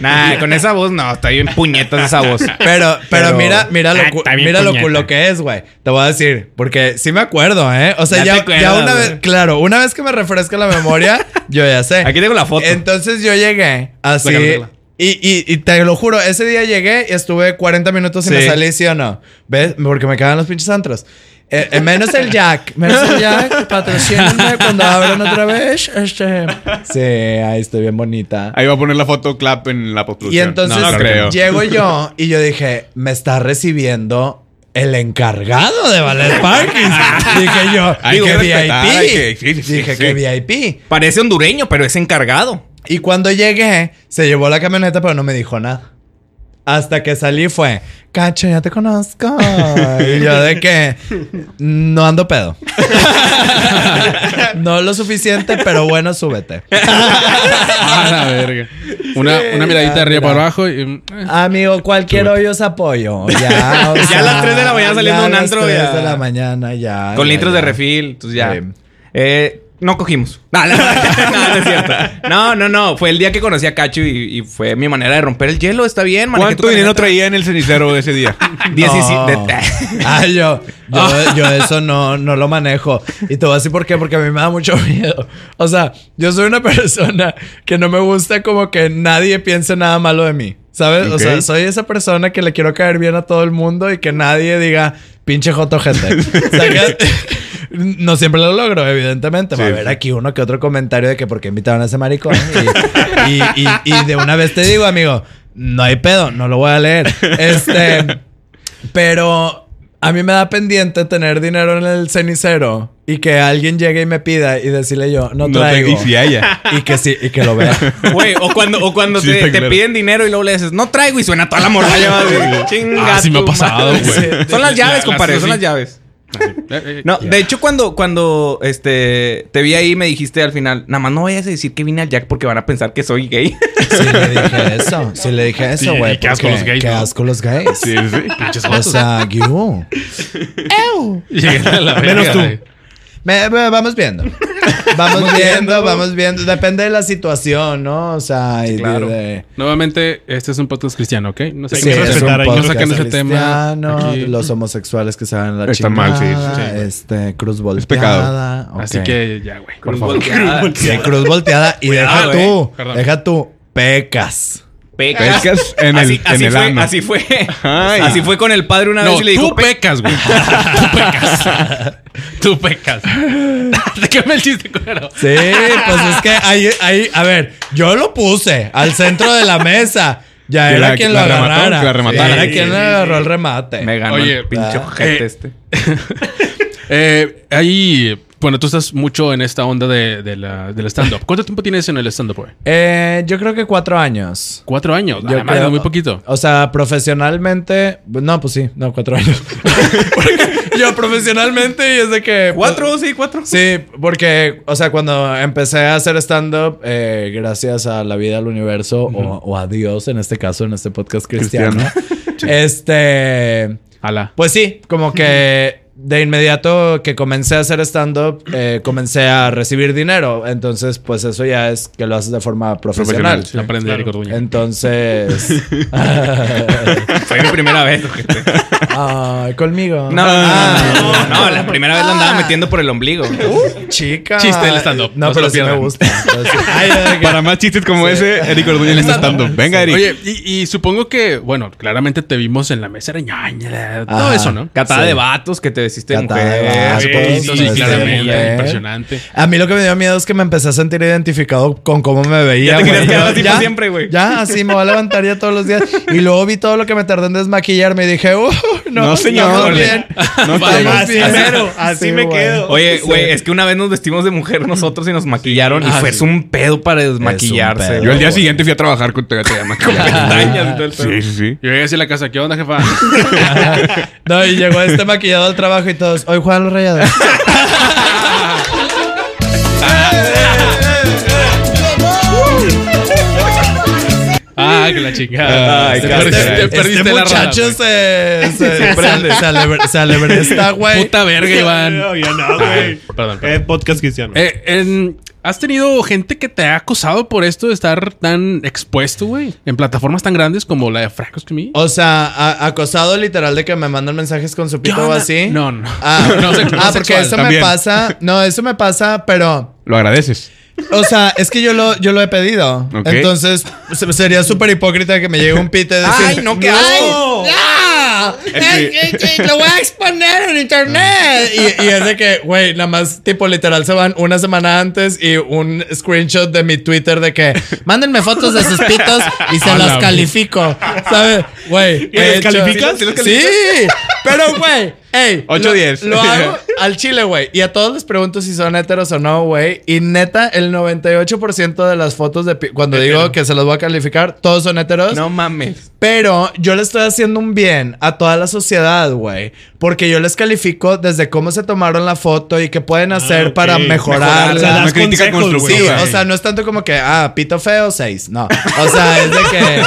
D: Nah, con esa voz no, está bien puñetas esa voz.
C: Pero, pero,
D: Pero-
C: mira, mira lo,
D: Ah,
C: cu-
D: está bien
C: mira lo
D: puñeta.
C: culo que es, güey. Te voy a decir, porque sí me acuerdo, ¿eh? O sea,
D: Ya
C: ya,
D: te acuerdas,
C: ya una
D: güey.
C: vez, claro, una vez que me refresca la memoria, yo ya sé.
D: Aquí tengo la foto.
C: Entonces yo llegué así.
D: Sácala, sácala.
C: Y, y, y te lo juro, ese día llegué y estuve 40 minutos y
D: Sí.
C: me salí, ¿sí o no? ¿Ves? Porque me cagan los pinches antros. Eh, eh, menos el Jack, menos el Jack, patrocínenme cuando abran otra vez. Este. Sí, ahí estoy bien bonita.
B: Ahí va a poner la foto clap en la
C: Y
B: postproducción.
C: entonces
B: no, no creo.
C: llego yo y yo dije, me está recibiendo el encargado de Ballet Parkins. dije yo,
B: Hay
C: que
B: que
C: VIP.
B: respetar, hay que- sí, sí, sí,
C: dije
B: sí.
C: que VIP.
D: Parece hondureño, pero es encargado.
C: Y cuando llegué, se llevó la camioneta, pero no me dijo nada. Hasta que salí fue, Cacho, ya te conozco. Y yo de que no ando pedo. no lo suficiente, pero bueno, súbete.
A: A la verga. Una, una miradita
C: ya,
A: arriba para
C: mira.
A: abajo. y, mm, eh.
C: Amigo, cualquier hoyo es apoyo. Ya, o
D: Ya
C: sea,
D: a las 3 de la mañana saliendo de un antro,
C: A las 3
D: ya.
C: de la mañana, ya.
D: Con
C: ya,
D: litros de
C: ya.
D: refil, entonces ya.
C: Sí.
D: Eh, no cogimos. No, no, no, no es cierto. No, no, no. Fue el día que conocí a Cacho y, y fue mi manera de romper el hielo. Está bien, manejé tu
B: ¿Cuánto dinero
D: camioneta.
B: traía en el cenicero de ese día?
D: Diecisie-
C: No.
D: de-
C: Ah, yo, yo, yo eso no, no lo manejo. Y te voy a decir por qué, porque a mí me da mucho miedo. O sea, yo soy una persona que no me gusta como que nadie piense nada malo de mí. ¿Sabes? O
B: Ok.
C: sea, soy esa persona que le quiero caer bien a todo el mundo y que nadie diga pinche joto gente. O sea, que- no siempre lo logro, evidentemente. Va a
B: Sí,
C: haber
B: sí.
C: aquí uno que otro comentario de que por qué invitaron a ese maricón. Y, y- y- y de una vez te digo, amigo, no hay pedo, no lo voy a leer. Este. Pero a mí me da pendiente tener dinero en el cenicero y que alguien llegue y me pida y decirle yo, no
B: No te
C: traigo.
B: y si haya.
C: y que sí, y que lo vea.
D: Güey, o cuando, o cuando
B: Sí,
D: te,
B: está
D: te
B: claro.
D: piden dinero y luego le dices, no traigo y suena toda la morralla. güey. Chinga.
A: Ah, sí me ha
D: tu
A: pasado,
D: madre.
A: güey.
D: Son las llaves,
A: Las-
D: compadre,
A: las-
D: son las
A: sí.
D: llaves.
A: Eh, eh,
D: No, de hecho, cuando, cuando este, te vi ahí, me dijiste al final, nada más no vayas a decir que vine al Jack porque van a pensar que soy gay.
C: Sí le dije eso, sí le dije
A: Sí,
C: eso,
A: y
C: güey.
A: qué asco
C: porque
A: los gays,
C: Qué
A: ¿no?
C: asco los gays.
B: Sí, sí.
A: pinches
C: O
A: jotos.
C: sea, you.
A: Llegan a la verga,
E: Menos tú.
A: güey.
C: Me- me- vamos viendo. Vamos viendo, vamos viendo. Depende de la situación, ¿no? O sea, y
D: claro.
C: de-
A: Nuevamente, este es un podcast cristiano, ¿ok? No sé
E: Hay
C: Sí,
A: qué
E: que
C: es
A: hacer.
E: respetar,
C: un
E: hay que
C: podcast
A: sacar ese tema
C: cristiano,
A: aquí.
C: Los homosexuales que saben la
B: Está mal, sí,
C: chingada,
B: sí.
C: Este, cruz volteada.
B: pecado.
C: ok.
A: Así que ya, güey. Por
D: Cruz
A: favor.
D: volteada.
C: Sí, cruz volteada. Y
D: Cuidado,
C: deja tú,
A: eh. Perdón.
C: deja tú, pecas.
D: Pecas.
B: Pescas en el,
D: Así, así
B: en el
D: fue,
B: ano.
D: así fue.
B: Ay.
D: Así fue con el padre una
A: No,
D: vez y le dijo.
A: tú pecas, güey. tú pecas. tú pecas. Te quemé el chiste, culero.
C: Sí, pues es que ahí, ahí, a ver, yo lo puse al centro de la mesa. Ya
B: Que
C: era
B: la-
C: quien lo
B: la remató,
C: agarrara.
B: que la rematara.
C: Sí, era quien
E: Sí, sí,
C: le agarró el remate.
D: Me ganó
A: Oye,
D: el pinche
C: ah,
D: ojete
A: eh,
D: este.
A: Eh, ahí, bueno, tú estás mucho en esta onda de, de la- del stand-up. ¿Cuánto tiempo tienes en el stand-up, güey?
C: Eh, yo creo que cuatro años.
A: Cuatro años.
C: Yo
A: Yo madre,
C: creo-
A: muy poquito.
C: O sea, profesionalmente. No, pues sí, no, cuatro años. Porque yo profesionalmente y es de que.
D: ¿Cuatro? Sí, cuatro.
C: Sí, porque, o sea, cuando empecé a hacer stand-up, eh, gracias a la vida, al universo, o, o a Dios, en este caso, en este podcast cristiano, este,
A: Ala.
C: pues sí, como que de inmediato que comencé a hacer stand-up, eh, comencé a recibir dinero. Entonces, pues eso ya es que lo haces de forma profesional.
B: Profesional, sí.
A: Aprende
E: claro.
A: Eric Orduña.
C: Entonces,
D: Fue mi primera vez, ojete.
C: ay, conmigo.
D: No,
C: Ah.
D: no, no, no, la primera vez la andaba
C: Ah.
D: metiendo por el ombligo.
C: Uh, chica.
A: Chiste del stand-up,
C: No,
A: no se
C: pero
A: lo
C: sí me
A: pierdan.
C: gusta. Pero sí- Ay, ay, ay.
B: Para más chistes como ese, Eric Orduña en el stand-up. Venga, Eric.
A: Oye, y, y supongo que, bueno, claramente te vimos en la mesa de ñaña, todo
C: Ajá.
A: eso, ¿no?
D: Catada
C: Sí.
D: de vatos que te vestiste de
C: Catada de
D: mujer.
C: vatos,
A: Sí,
D: güey.
A: sí,
C: pues,
A: sí,
C: sí,
A: claramente.
C: sí.
A: Impresionante.
C: A mí lo que me dio miedo es que me empecé a sentir identificado con cómo me veía.
D: Ya te querías
C: güey.
D: quedar
C: Yo,
D: así por siempre, güey.
C: Ya, así me voy a levantar ya todos los días. Y luego vi todo lo que me tardé en desmaquillarme y dije, uh, no,
B: No, señor.
C: estamos
B: Ole.
C: bien.
B: No,
C: Vale,
B: señor.
C: más
E: Así,
C: bien.
E: mero, así
C: Sí,
E: me
C: güey.
E: quedo.
D: Oye, güey, es que una vez nos vestimos de mujer nosotros y nos maquillaron y
A: Ah,
D: fue
A: sí.
D: un pedo para desmaquillarse.
C: pedo.
B: Yo
D: güey.
B: el día siguiente fui a trabajar con te llama.
D: Pestañas y todo el pedo.
B: Sí, sí, sí.
A: Yo llegué así a la casa, ¿qué onda, jefa?
C: No, y llegó este maquillado al trabajo y todos, hoy juegan los rayadores.
A: ah, que la chingada.
D: Ay,
A: te
D: cabrón.
A: perdiste, te
C: Este
A: perdiste la rada,
C: muchacho
A: güey.
C: se, se, se, se alebre- se alebresta, güey.
A: Puta verga, Iván.
E: No, ya no, güey.
A: Perdón, perdón.
E: Eh, podcast cristiano.
A: Eh, en- ¿Has tenido gente que te ha acosado por esto de estar tan expuesto, güey? En plataformas tan grandes como la de Fracos que me.
C: O sea, a- acosado literal de que me mandan mensajes con su pito o así.
A: No, no.
C: Ah,
A: No sex- no
C: ah, porque
A: sexual,
C: eso me
B: también.
C: pasa. No, eso me pasa, pero.
B: Lo agradeces.
C: O sea, es que yo lo, yo lo he pedido.
B: Ok.
C: Entonces, se- sería súper hipócrita que me llegue un pito y decir... Ah,
D: Ay, no, qué asco.
C: ¡No! Ay, ay, ay, eh, ¡Lo voy a exponer en internet! Y, y es de que, güey, nada más, tipo, literal, se van una semana antes y un screenshot de mi Twitter de que mándenme fotos de sus pitos y se los califico. ¿Sabes? Güey.
E: ¿Y los
C: he hecho-
E: calificas?
C: ¿Sí los calificas? Sí. Pero, güey, ey.
B: Ocho,
C: lo-
B: diez.
C: Lo hago al chile, güey. Y a todos les pregunto si son heteros o no, güey. Y neta, el 98% de las fotos de... pi- Cuando digo que se los voy a calificar, todos son heteros.
D: No mames.
C: Pero yo le estoy haciendo un bien a toda la sociedad, güey. Porque yo les califico desde cómo se tomaron la foto y qué pueden hacer
E: Ah, ok.
C: para
E: Mejorar, o sea,
C: mejorarla.
E: das
B: Una crítica
E: consejos, güey.
C: Sí,
B: constructiva.
C: o sea, no es tanto como que, ah, pito feo, seis. No. O sea, es de que.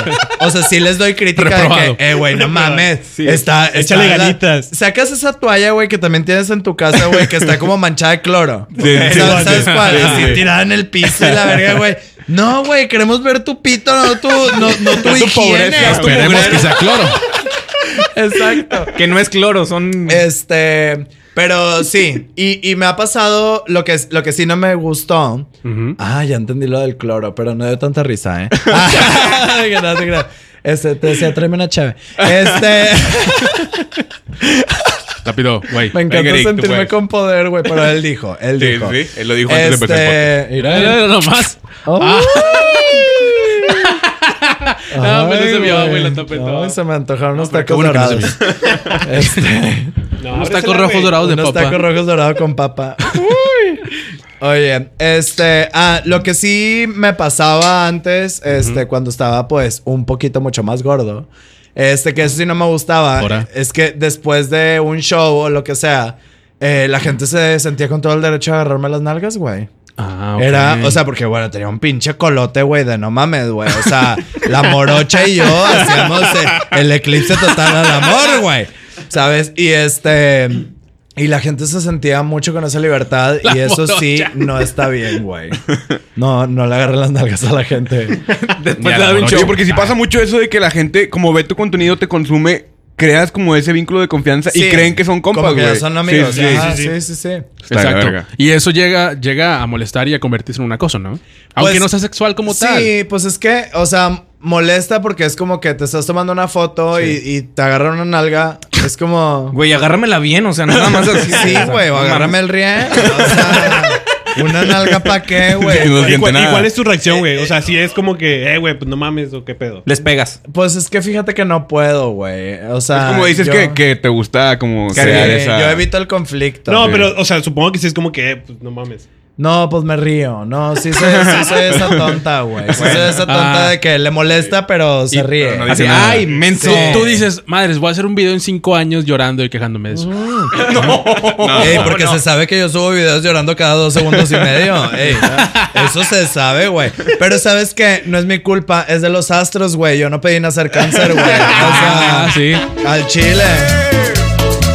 C: O sea, sí les doy crítica
A: Reprobado.
C: de que, eh, güey, no mames.
E: Sí.
C: Está, está
E: Échale
C: la-
E: ganitas.
C: Sacas esa toalla, güey, que también tienes en tu casa, güey, que está como manchada de cloro.
B: Sí,
C: ¿Sabes,
B: sí,
C: sabes
B: sí.
C: cuál?
B: Sí,
C: Así
B: sí.
C: tirada en el piso y la verga, güey. No, güey, queremos ver tu pito, no tu, no, no tu, higiene.
D: pobreza,
C: Es tu
A: Esperemos
C: mugrero.
A: que sea cloro.
C: Exacto.
D: Que no es cloro, son.
C: Este, pero sí, y, y me ha pasado lo que, lo que sí no me gustó. Ah, ya entendí lo del cloro, pero no dio tanta risa, ¿eh? Ah, que no te creas. Este, te decía, tráeme una chave. Este,
A: Rápido, güey.
C: me
B: Venga,
C: encanta
B: Eric, tú
C: sentirme
B: puedes.
C: con poder, güey, pero él dijo, él
B: Sí,
C: dijo.
B: sí, él lo dijo antes de empezar el
C: Este, mira,
A: Mira,
C: mira.
A: mira, nomás.
C: Oh.
A: No, pues no se
C: Ay,
A: vio, güey, la
C: güey.
A: tapé
C: No,
A: toda.
C: se me antojaron unos
A: pero qué
C: tacos
A: bueno que no se
C: dorados. Este,
E: No,
A: Unos
E: ábresela,
A: tacos rojos
E: güey.
A: dorados de
C: Unos
A: papa.
C: tacos rojos dorados con papa. Uy. Oye, este, ah, lo que sí me pasaba antes, este, cuando estaba pues un poquito mucho más gordo, este, que eso sí no me gustaba,
A: Ahora.
C: es que después de un show o lo que sea, eh, la gente se sentía con todo el derecho a agarrarme las nalgas, güey.
A: Ah,
C: Era, o sea, porque bueno, tenía un pinche colote, güey, de no mames, güey. O sea, la morocha y yo hacíamos eh, el eclipse total al amor, güey. ¿Sabes? Y este. Y la gente se sentía mucho con esa libertad
A: La
C: y eso sí
A: morocha.
C: no está bien, güey. No, no le agarren las nalgas a la gente.
D: Después de
B: Ya,
D: dar un
B: no,
D: show.
B: sí, porque si pasa mucho eso de que la gente, como ve tu contenido, te consume, creas como ese vínculo de confianza
C: Sí.
B: y creen que son compas,
C: Como que ya
B: güey.
C: son amigos.
B: Sí, sí,
C: Ajá,
E: sí,
C: sí, sí,
E: sí.
C: sí.
B: Está de la verga.
A: Exacto. Y eso llega, llega a molestar y a convertirse en una cosa, ¿no? Aunque
C: Pues,
A: no sea sexual como tal.
C: Sí, pues es que, o sea, molesta porque es como que te estás tomando una foto y, y te agarran una nalga. Es como...
D: Güey, agárramela bien, o sea, nada más así.
C: Sí, güey, o agárrame el riel. O sea, una nalga pa' qué,
B: Y
C: güey.
B: no-
E: ¿Y
B: siente
E: cuál, y
B: nada.
E: cuál es tu reacción, güey? O sea, si es como que, eh, güey, pues no mames, o qué pedo.
D: Les pegas.
C: Pues es que fíjate que no puedo, güey. O sea.
B: Es como dices
C: Ah, yo-
B: que, que te gusta como
C: que
B: crear esa...
C: Yo evito el conflicto.
E: No,
B: Sí.
E: pero, o sea, supongo que sí es como que, eh, pues no mames.
C: No, pues me río. No, sí soy, sí soy esa tonta, güey. Sí soy esa tonta
A: Ah.
C: de que le molesta, pero se
A: Y-
C: ríe.
B: pero no dice
D: Así,
B: nada.
D: ay, menso.
A: Tú, tú dices, madres, voy a hacer un video en cinco años llorando y quejándome de eso.
C: Ey,
B: Eh,
C: porque se sabe que yo subo videos llorando cada dos segundos y medio. Ey, eso se sabe, güey. Pero sabes que no es mi culpa, es de los astros, güey. Yo no pedí nacer cáncer, güey. O sea,
A: Ah, sí.
C: al chile.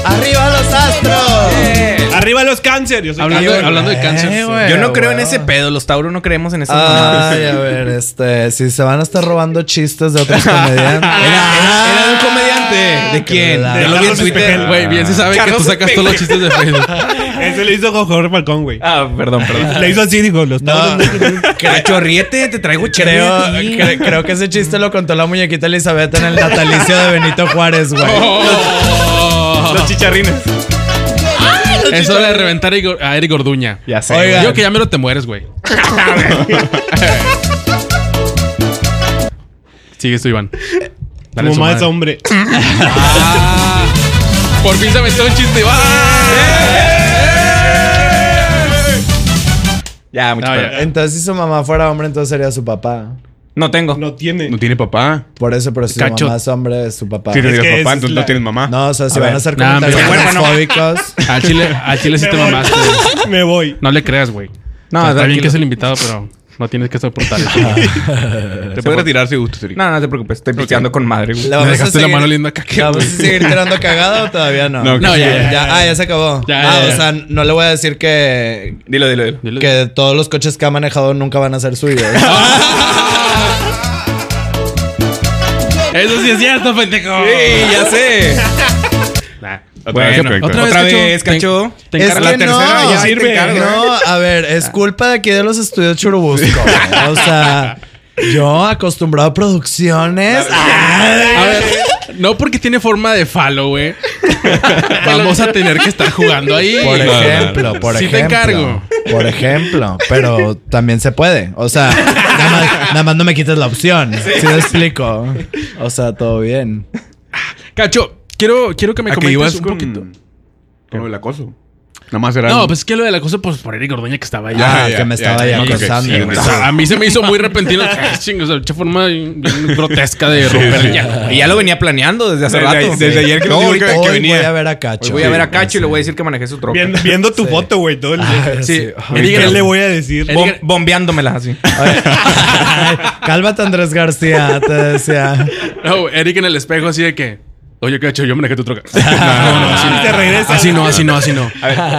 C: ¡Arriba los astros!
E: ¡Arriba los cáncer! Yo soy
A: Hablando,
E: cáncer.
A: hablando de
C: Eh,
A: cáncer.
C: güey. Ah,
D: Yo no creo en
C: güey.
D: ese pedo, los Tauro no creemos en ese
C: Ay, a ver, este, si se van a estar robando chistes de otros comediantes.
D: Era, era- era de un comediante. ¿De quién?
C: Claro.
D: Ya lo vi en
E: Carlos
D: Twitter.
E: Espejel.
A: Güey, bien se sabe que
D: Carlos
A: tú sacas todos los chistes de Facebook.
E: Ese le hizo con Jorge Falcón, güey.
D: Ah, perdón, perdón.
E: Le hizo así, dijo, los
C: No,
E: tablos-
D: Cachorriete, te traigo
C: creo,
D: chile.
C: cre- creo que ese chiste lo contó la muñequita Elizabeth en el natalicio de Benito Juárez, güey.
A: Oh.
E: Los chicharrines.
A: Es hora de reventar a Igor- a Eric Orduña.
D: Ya sé.
C: Oigan.
A: Yo que ya mero te mueres, güey. Sigue esto, Iván. Dale
E: Como
A: su
E: más
A: madre.
E: hombre.
A: Ah, por fin se metió un chiste, Iván.
D: Ya, mucho
A: No,
D: pedo.
A: ya.
C: Entonces, si su mamá fuera hombre, entonces sería su papá.
D: No tengo.
E: No tiene.
B: No tiene papá.
C: Por eso, pero si
A: Cacho.
C: su mamá es hombre, es su papá.
B: Si no
E: que
B: tienes
E: esa
B: papá,
E: es
B: entonces
E: la-
B: no tienes mamá.
C: No, o sea, si
D: A
C: van a
D: ver.
C: hacer
A: Nah,
C: comentarios
A: hombre,
D: bueno, no.
C: homofóbicos.
A: Al chile, al chile sí te mamaste. güey.
E: Me voy.
A: No le creas, güey. No, está
D: No,
A: bien
D: tranquilo.
A: que es el invitado, pero no tienes que soportar eso.
B: Te puedes retirar si gustas, Eric.
D: No, no te preocupes. Estoy pisteando con madre, güey.
C: Le
A: Me
C: vamos a
A: dejaste la
C: seguir-
A: mano linda acá. que-
C: ¿La ¿Vamos a seguir tirando cagada o todavía no?
B: No,
A: No, ya, ya, ya.
C: Ah, ya se acabó.
A: Ya,
C: ah,
A: ya,
C: o
A: ya.
C: sea, no le voy a decir que,
D: Dilo, dilo, dilo.
A: Dile-
C: que todos los coches que ha manejado nunca van a ser suyos.
A: Eso sí es cierto, pendejo.
D: Sí, ya sé.
A: Nah.
B: Bueno,
D: Bueno,
B: perfecto.
D: otra, vez, cacho.
A: Te,
C: Es
A: encargo
C: que
A: la
C: no,
A: tercera.
D: ya te
C: sirve.
D: encargo,
C: No, a ver, es culpa de aquí de los estudios Churubusco. ¿eh? O sea, yo acostumbrado a producciones.
A: A ver, no porque tiene forma de falo, güey. Vamos a tener que estar jugando ahí.
C: Por
B: no, no,
C: ejemplo,
B: no.
C: por
A: Sí te
C: ejemplo.
A: encargo.
C: Por ejemplo, pero también se puede. O sea, nada más, nada más no me quites la opción. Si te explico. O sea, todo bien.
A: Cacho, quiero, quiero que me
B: ¿A qué
A: comentes
B: ibas
A: un
B: con...
A: poquito.
B: Con el acoso. Nada más era...
A: No, pues es que lo de la cosa, pues por Eric Ordoña que estaba allá.
C: Ah, que me estaba ya
B: ok, ok.
C: acosando.
B: Sí,
A: O
B: güey.
A: sea, a mí se me hizo muy repentino. Ah, Chingo, o sea, mucha forma bien grotesca de romper el hielo.
D: Y ya lo venía planeando desde hace rato.
B: desde ayer que
D: no,
B: nos dijo
D: ahorita-
B: que-
C: Hoy
B: venía.
C: voy a ver a Cacho.
D: Hoy voy a ver a Cacho y le voy a decir que manejé su troca.
E: Viendo, viendo tu foto, güey, todo el
C: Ah,
E: día.
A: Sí.
E: ¿Qué
A: Eric,
E: le voy a decir?
D: Bom- bombeándomela así.
C: Oye, ay, Cálmate, Andrés García, te decía.
A: no, Eric en el espejo así de que. Oye, Cacho, yo manejé tu troca. No, así
E: Te regresa.
A: Así no, así no, así no.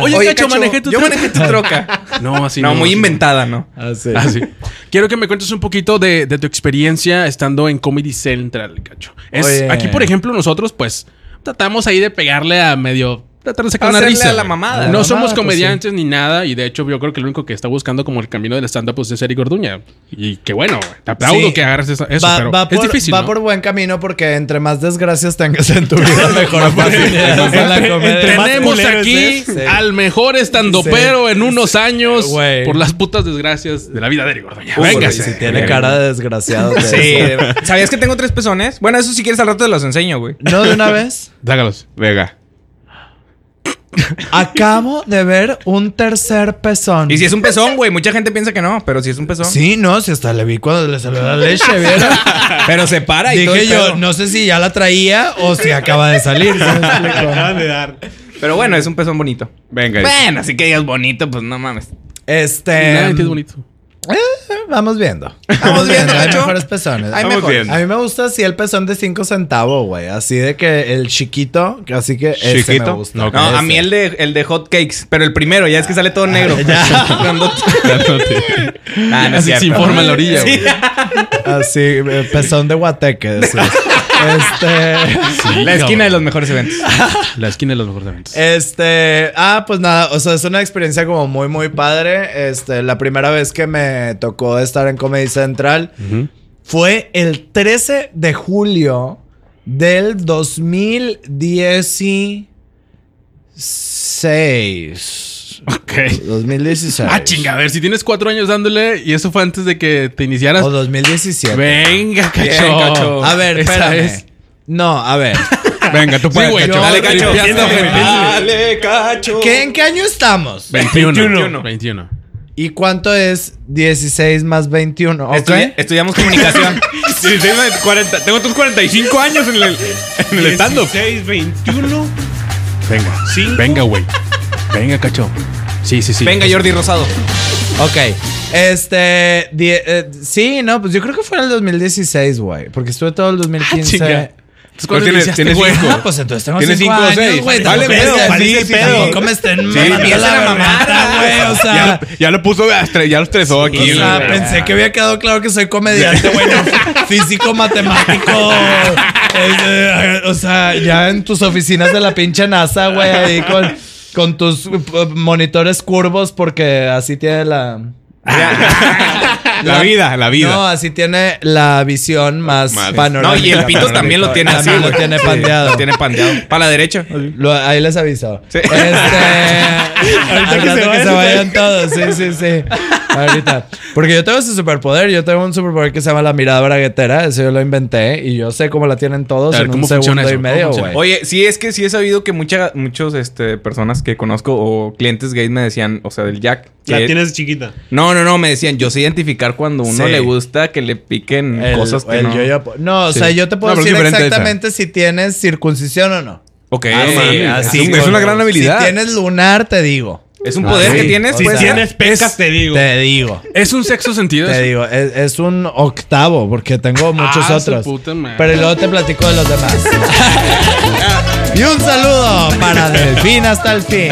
A: Oye, Cacho, manejé tu
D: yo
A: troca.
D: manejé tu troca.
A: No, así no.
D: no, muy
A: así no.
D: inventada, ¿no?
C: Así.
A: Ah, sí. Quiero que me cuentes un poquito de, de tu experiencia estando en Comedy Central, cacho. Es,
C: Oye.
A: aquí, por ejemplo, nosotros, pues, tratamos ahí de pegarle a medio. Tratar de sacar una
D: Hacerle
A: risa.
D: a la
A: güey.
D: mamada.
A: No
C: La
A: somos
C: mamada, pues,
A: comediantes ni nada. Y de hecho, yo creo que lo único que está buscando como el camino del stand-up pues, es Eric Orduña. Y que bueno, güey, te aplaudo
C: Sí.
A: que agarres esa- eso.
C: Va,
A: pero
C: va
A: es
C: por,
A: difícil.
C: va
A: ¿no?
C: por buen camino porque entre más desgracias tengas en tu vida, mejor oportunidades en la
E: Entre-
C: comedia.
E: entre más
A: Tenemos
E: culero
A: aquí
E: es
C: ese.
A: al mejor estandopero en unos años
C: Güey.
A: por las putas desgracias de la vida de Eric Orduña.
D: Uy,
A: Véngase.
C: Si tiene cara de desgraciado. te
D: Sí.
C: decía.
D: ¿Sabías que tengo tres pezones? Bueno, eso si quieres al rato te los enseño, güey.
C: ¿No de una vez?
A: Dágalos.
B: Vega.
C: Acabo de ver un tercer pezón.
D: Y si es un pezón, güey. Mucha gente piensa que no, pero si es un pezón.
C: Sí, no, si hasta le vi cuando le salió la leche, ¿vieron?
D: Pero se para y todo el
C: Dije yo,
D: pedo.
C: no sé si ya la traía o si acaba de salir. ¿sí me
E: Le
C: explico?
E: acaban de dar.
D: Pero bueno, es un pezón bonito.
B: Venga. Eric.
D: Bueno, así que digas bonito, pues no mames.
C: Este.
A: Nada, que es bonito.
C: Eh, vamos viendo. Vamos viendo, hay
D: Nacho.
C: mejores pezones.
D: Hay
B: Vamos
D: mejor.
B: bien.
C: A mí me gusta así el pezón de 5 centavos, güey. Así de que el chiquito, que así que ese me
B: ¿Chiquito?
C: gusta.
B: Ok.
D: No, a
C: Ese.
D: mí el de, el de hot cakes, pero el primero, ya es que sale todo negro. Grandote. Ah, no es
A: Así
D: cierto.
A: sin forma en la orilla, güey.
C: Así, eh, pezón de guateque. sí. Este...
D: La esquina de los mejores eventos.
A: La esquina de los mejores eventos.
C: Este, ah, pues nada, o sea, es una experiencia como muy, muy padre. Este, la primera vez que me tocó estar en Comedy Central fue el 13 de julio del 2016. 2016.
A: Ah, chinga, a ver, si tienes cuatro años dándole y eso fue antes de que te iniciaras.
C: O 2017.
A: Venga, cacho.
D: Bien, cacho.
C: A ver,
A: Esa
C: espérame.
A: es.
C: No, a ver.
B: Venga, tú puedes.
A: güey,
B: cacho.
A: yo-
D: Dale, cacho.
A: Ya está, güey.
D: Dale, cacho.
C: ¿Qué, ¿En qué año estamos?
A: 21. 21.
C: ¿Y cuánto es 16 más 21? ¿Ok?
D: Estudi- estudiamos comunicación.
B: 16 más 40. Tengo tus 45 años en el, en el stand-up.
E: 16, 21.
A: Venga.
E: Cinco.
A: Venga, güey. Venga, cacho. Sí, sí, sí.
D: Venga, Jordi Rosado.
C: Ok. Este. die- eh, sí, no, pues yo creo que fue en el 2016, güey. Porque estuve todo
B: Ah,
C: el 2015.
A: chinga. Entonces, ¿cuándo
B: Pues tienes-
A: iniciaste,
B: tienes
A: güey?
B: cinco.
C: Ah, pues entonces tengo
B: Tienes
C: cinco
B: cinco o
C: años,
B: seis.
C: güey.
B: Vale,
C: Tampoco
B: pedo,
C: es que
B: vale,
C: así,
B: ese pedo.
C: tampoco me estén
B: Sí,
C: mamando
B: empieza
C: la
D: la
C: mamada,
D: mamada.
C: güey. O
B: Ya,
C: sea,
B: lo- ya lo puso, a estre- ya lo estresó
C: o
B: aquí.
C: sea,
B: güey.
C: pensé que había quedado claro que soy comediante, güey. no, físico, matemático. es, eh, o sea, ya en tus oficinas de la pinche NASA, güey, ahí con, con tus eh, monitores curvos, porque así tiene la.
B: la vida, la vida.
C: No, así tiene la visión más
B: Madre.
C: panorámica.
D: No, y el pito también lo tiene así.
C: También lo
D: güey.
C: tiene
D: Sí,
C: pandeado.
D: Lo tiene pandeado. Para la derecha.
C: Lo- ahí les aviso. Este,
E: que
C: Ahorita que,
E: se
C: se,
E: vayan, se
C: vayan todos. Sí, sí, sí. Ahorita. Porque yo tengo ese superpoder. Yo tengo un superpoder que se llama la mirada braguetera. Eso yo lo inventé. Y yo sé cómo la tienen todos
A: A ver,
C: en un
A: ¿cómo
C: segundo
A: funciona
C: y
A: eso? ¿Cómo
C: medio,
A: funciona?
C: güey.
D: Oye, sí es que sí he sabido que muchas muchos este personas que conozco o clientes gays me decían, o sea, del Jack.
E: La
D: que-
E: tienes chiquita.
D: No, no, no, me decían, yo sé identificar cuando uno
C: Sí.
D: le gusta que le piquen
C: El-
D: cosas que
C: el
D: no.
C: yo-yo po- no, o sea, yo te puedo
B: No, pero es
C: decir
B: diferente
C: exactamente si tienes circuncisión o no.
D: Ok.
C: Ah, sí,
D: mames.
C: ah, sí,
B: es, un- es una gran habilidad.
C: Si tienes lunar, te digo.
D: Es un poder
C: Ah,
D: que
C: sí.
D: tienes.
C: O
E: Si
C: sea,
D: pues,
E: tienes
A: es-
E: pescas, te digo.
C: Te digo.
A: ¿Es un sexo sentido?
C: Te
A: eso?
C: digo, es, es un octavo porque tengo muchos
A: Ah, su
C: otros.
A: puta madre.
C: Pero luego te platico de los demás. y un saludo para Delfín hasta el fin.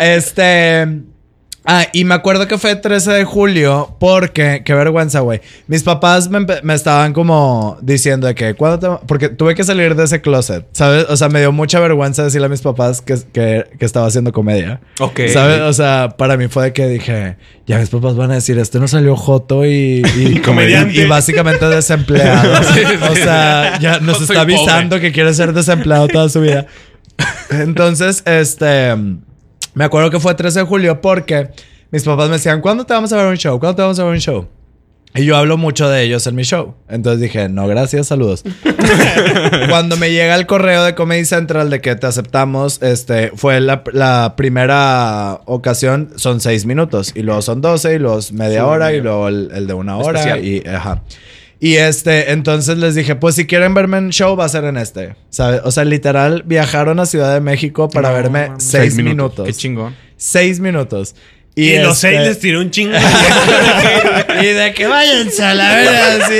C: Este. Ah, y me acuerdo que fue 13 de julio porque, qué vergüenza, güey. Mis papás me, empe- me estaban como diciendo de que, ¿cuándo te- Porque tuve que salir de ese closet, ¿sabes? O sea, me dio mucha vergüenza decirle a mis papás que, que, que estaba haciendo comedia.
D: Ok.
C: ¿Sabes? O sea, para mí fue de que dije, ya mis papás van a decir, este no salió joto y, y,
B: Y comediante.
C: y, básicamente desempleado. O sea, ya nos
A: Joto y
C: está avisando que quiere ser desempleado toda su vida. Entonces, este, me acuerdo que fue 13 de julio porque mis papás me decían, ¿cuándo te vamos a ver un show? ¿Cuándo te vamos a ver un show? Y yo hablo mucho de ellos en mi show. Entonces dije, no, gracias, saludos. Cuando me llega el correo de Comedy Central de que te aceptamos, este, fue la, la primera ocasión, son seis minutos, y luego son doce, y luego es media hora, y luego el, el de una hora,
D: Especial.
C: y ajá. Y este, entonces les dije, pues si quieren verme en show, va a ser en este. ¿Sabes? O sea, literal, viajaron a Ciudad de México para
D: No,
C: verme
D: mames.
C: seis,
B: Seis minutos.
C: minutos.
D: Qué chingón.
C: seis minutos.
E: Y, los
C: este-
E: seis les tiró un chingo.
C: y de que váyanse a la verga, sí.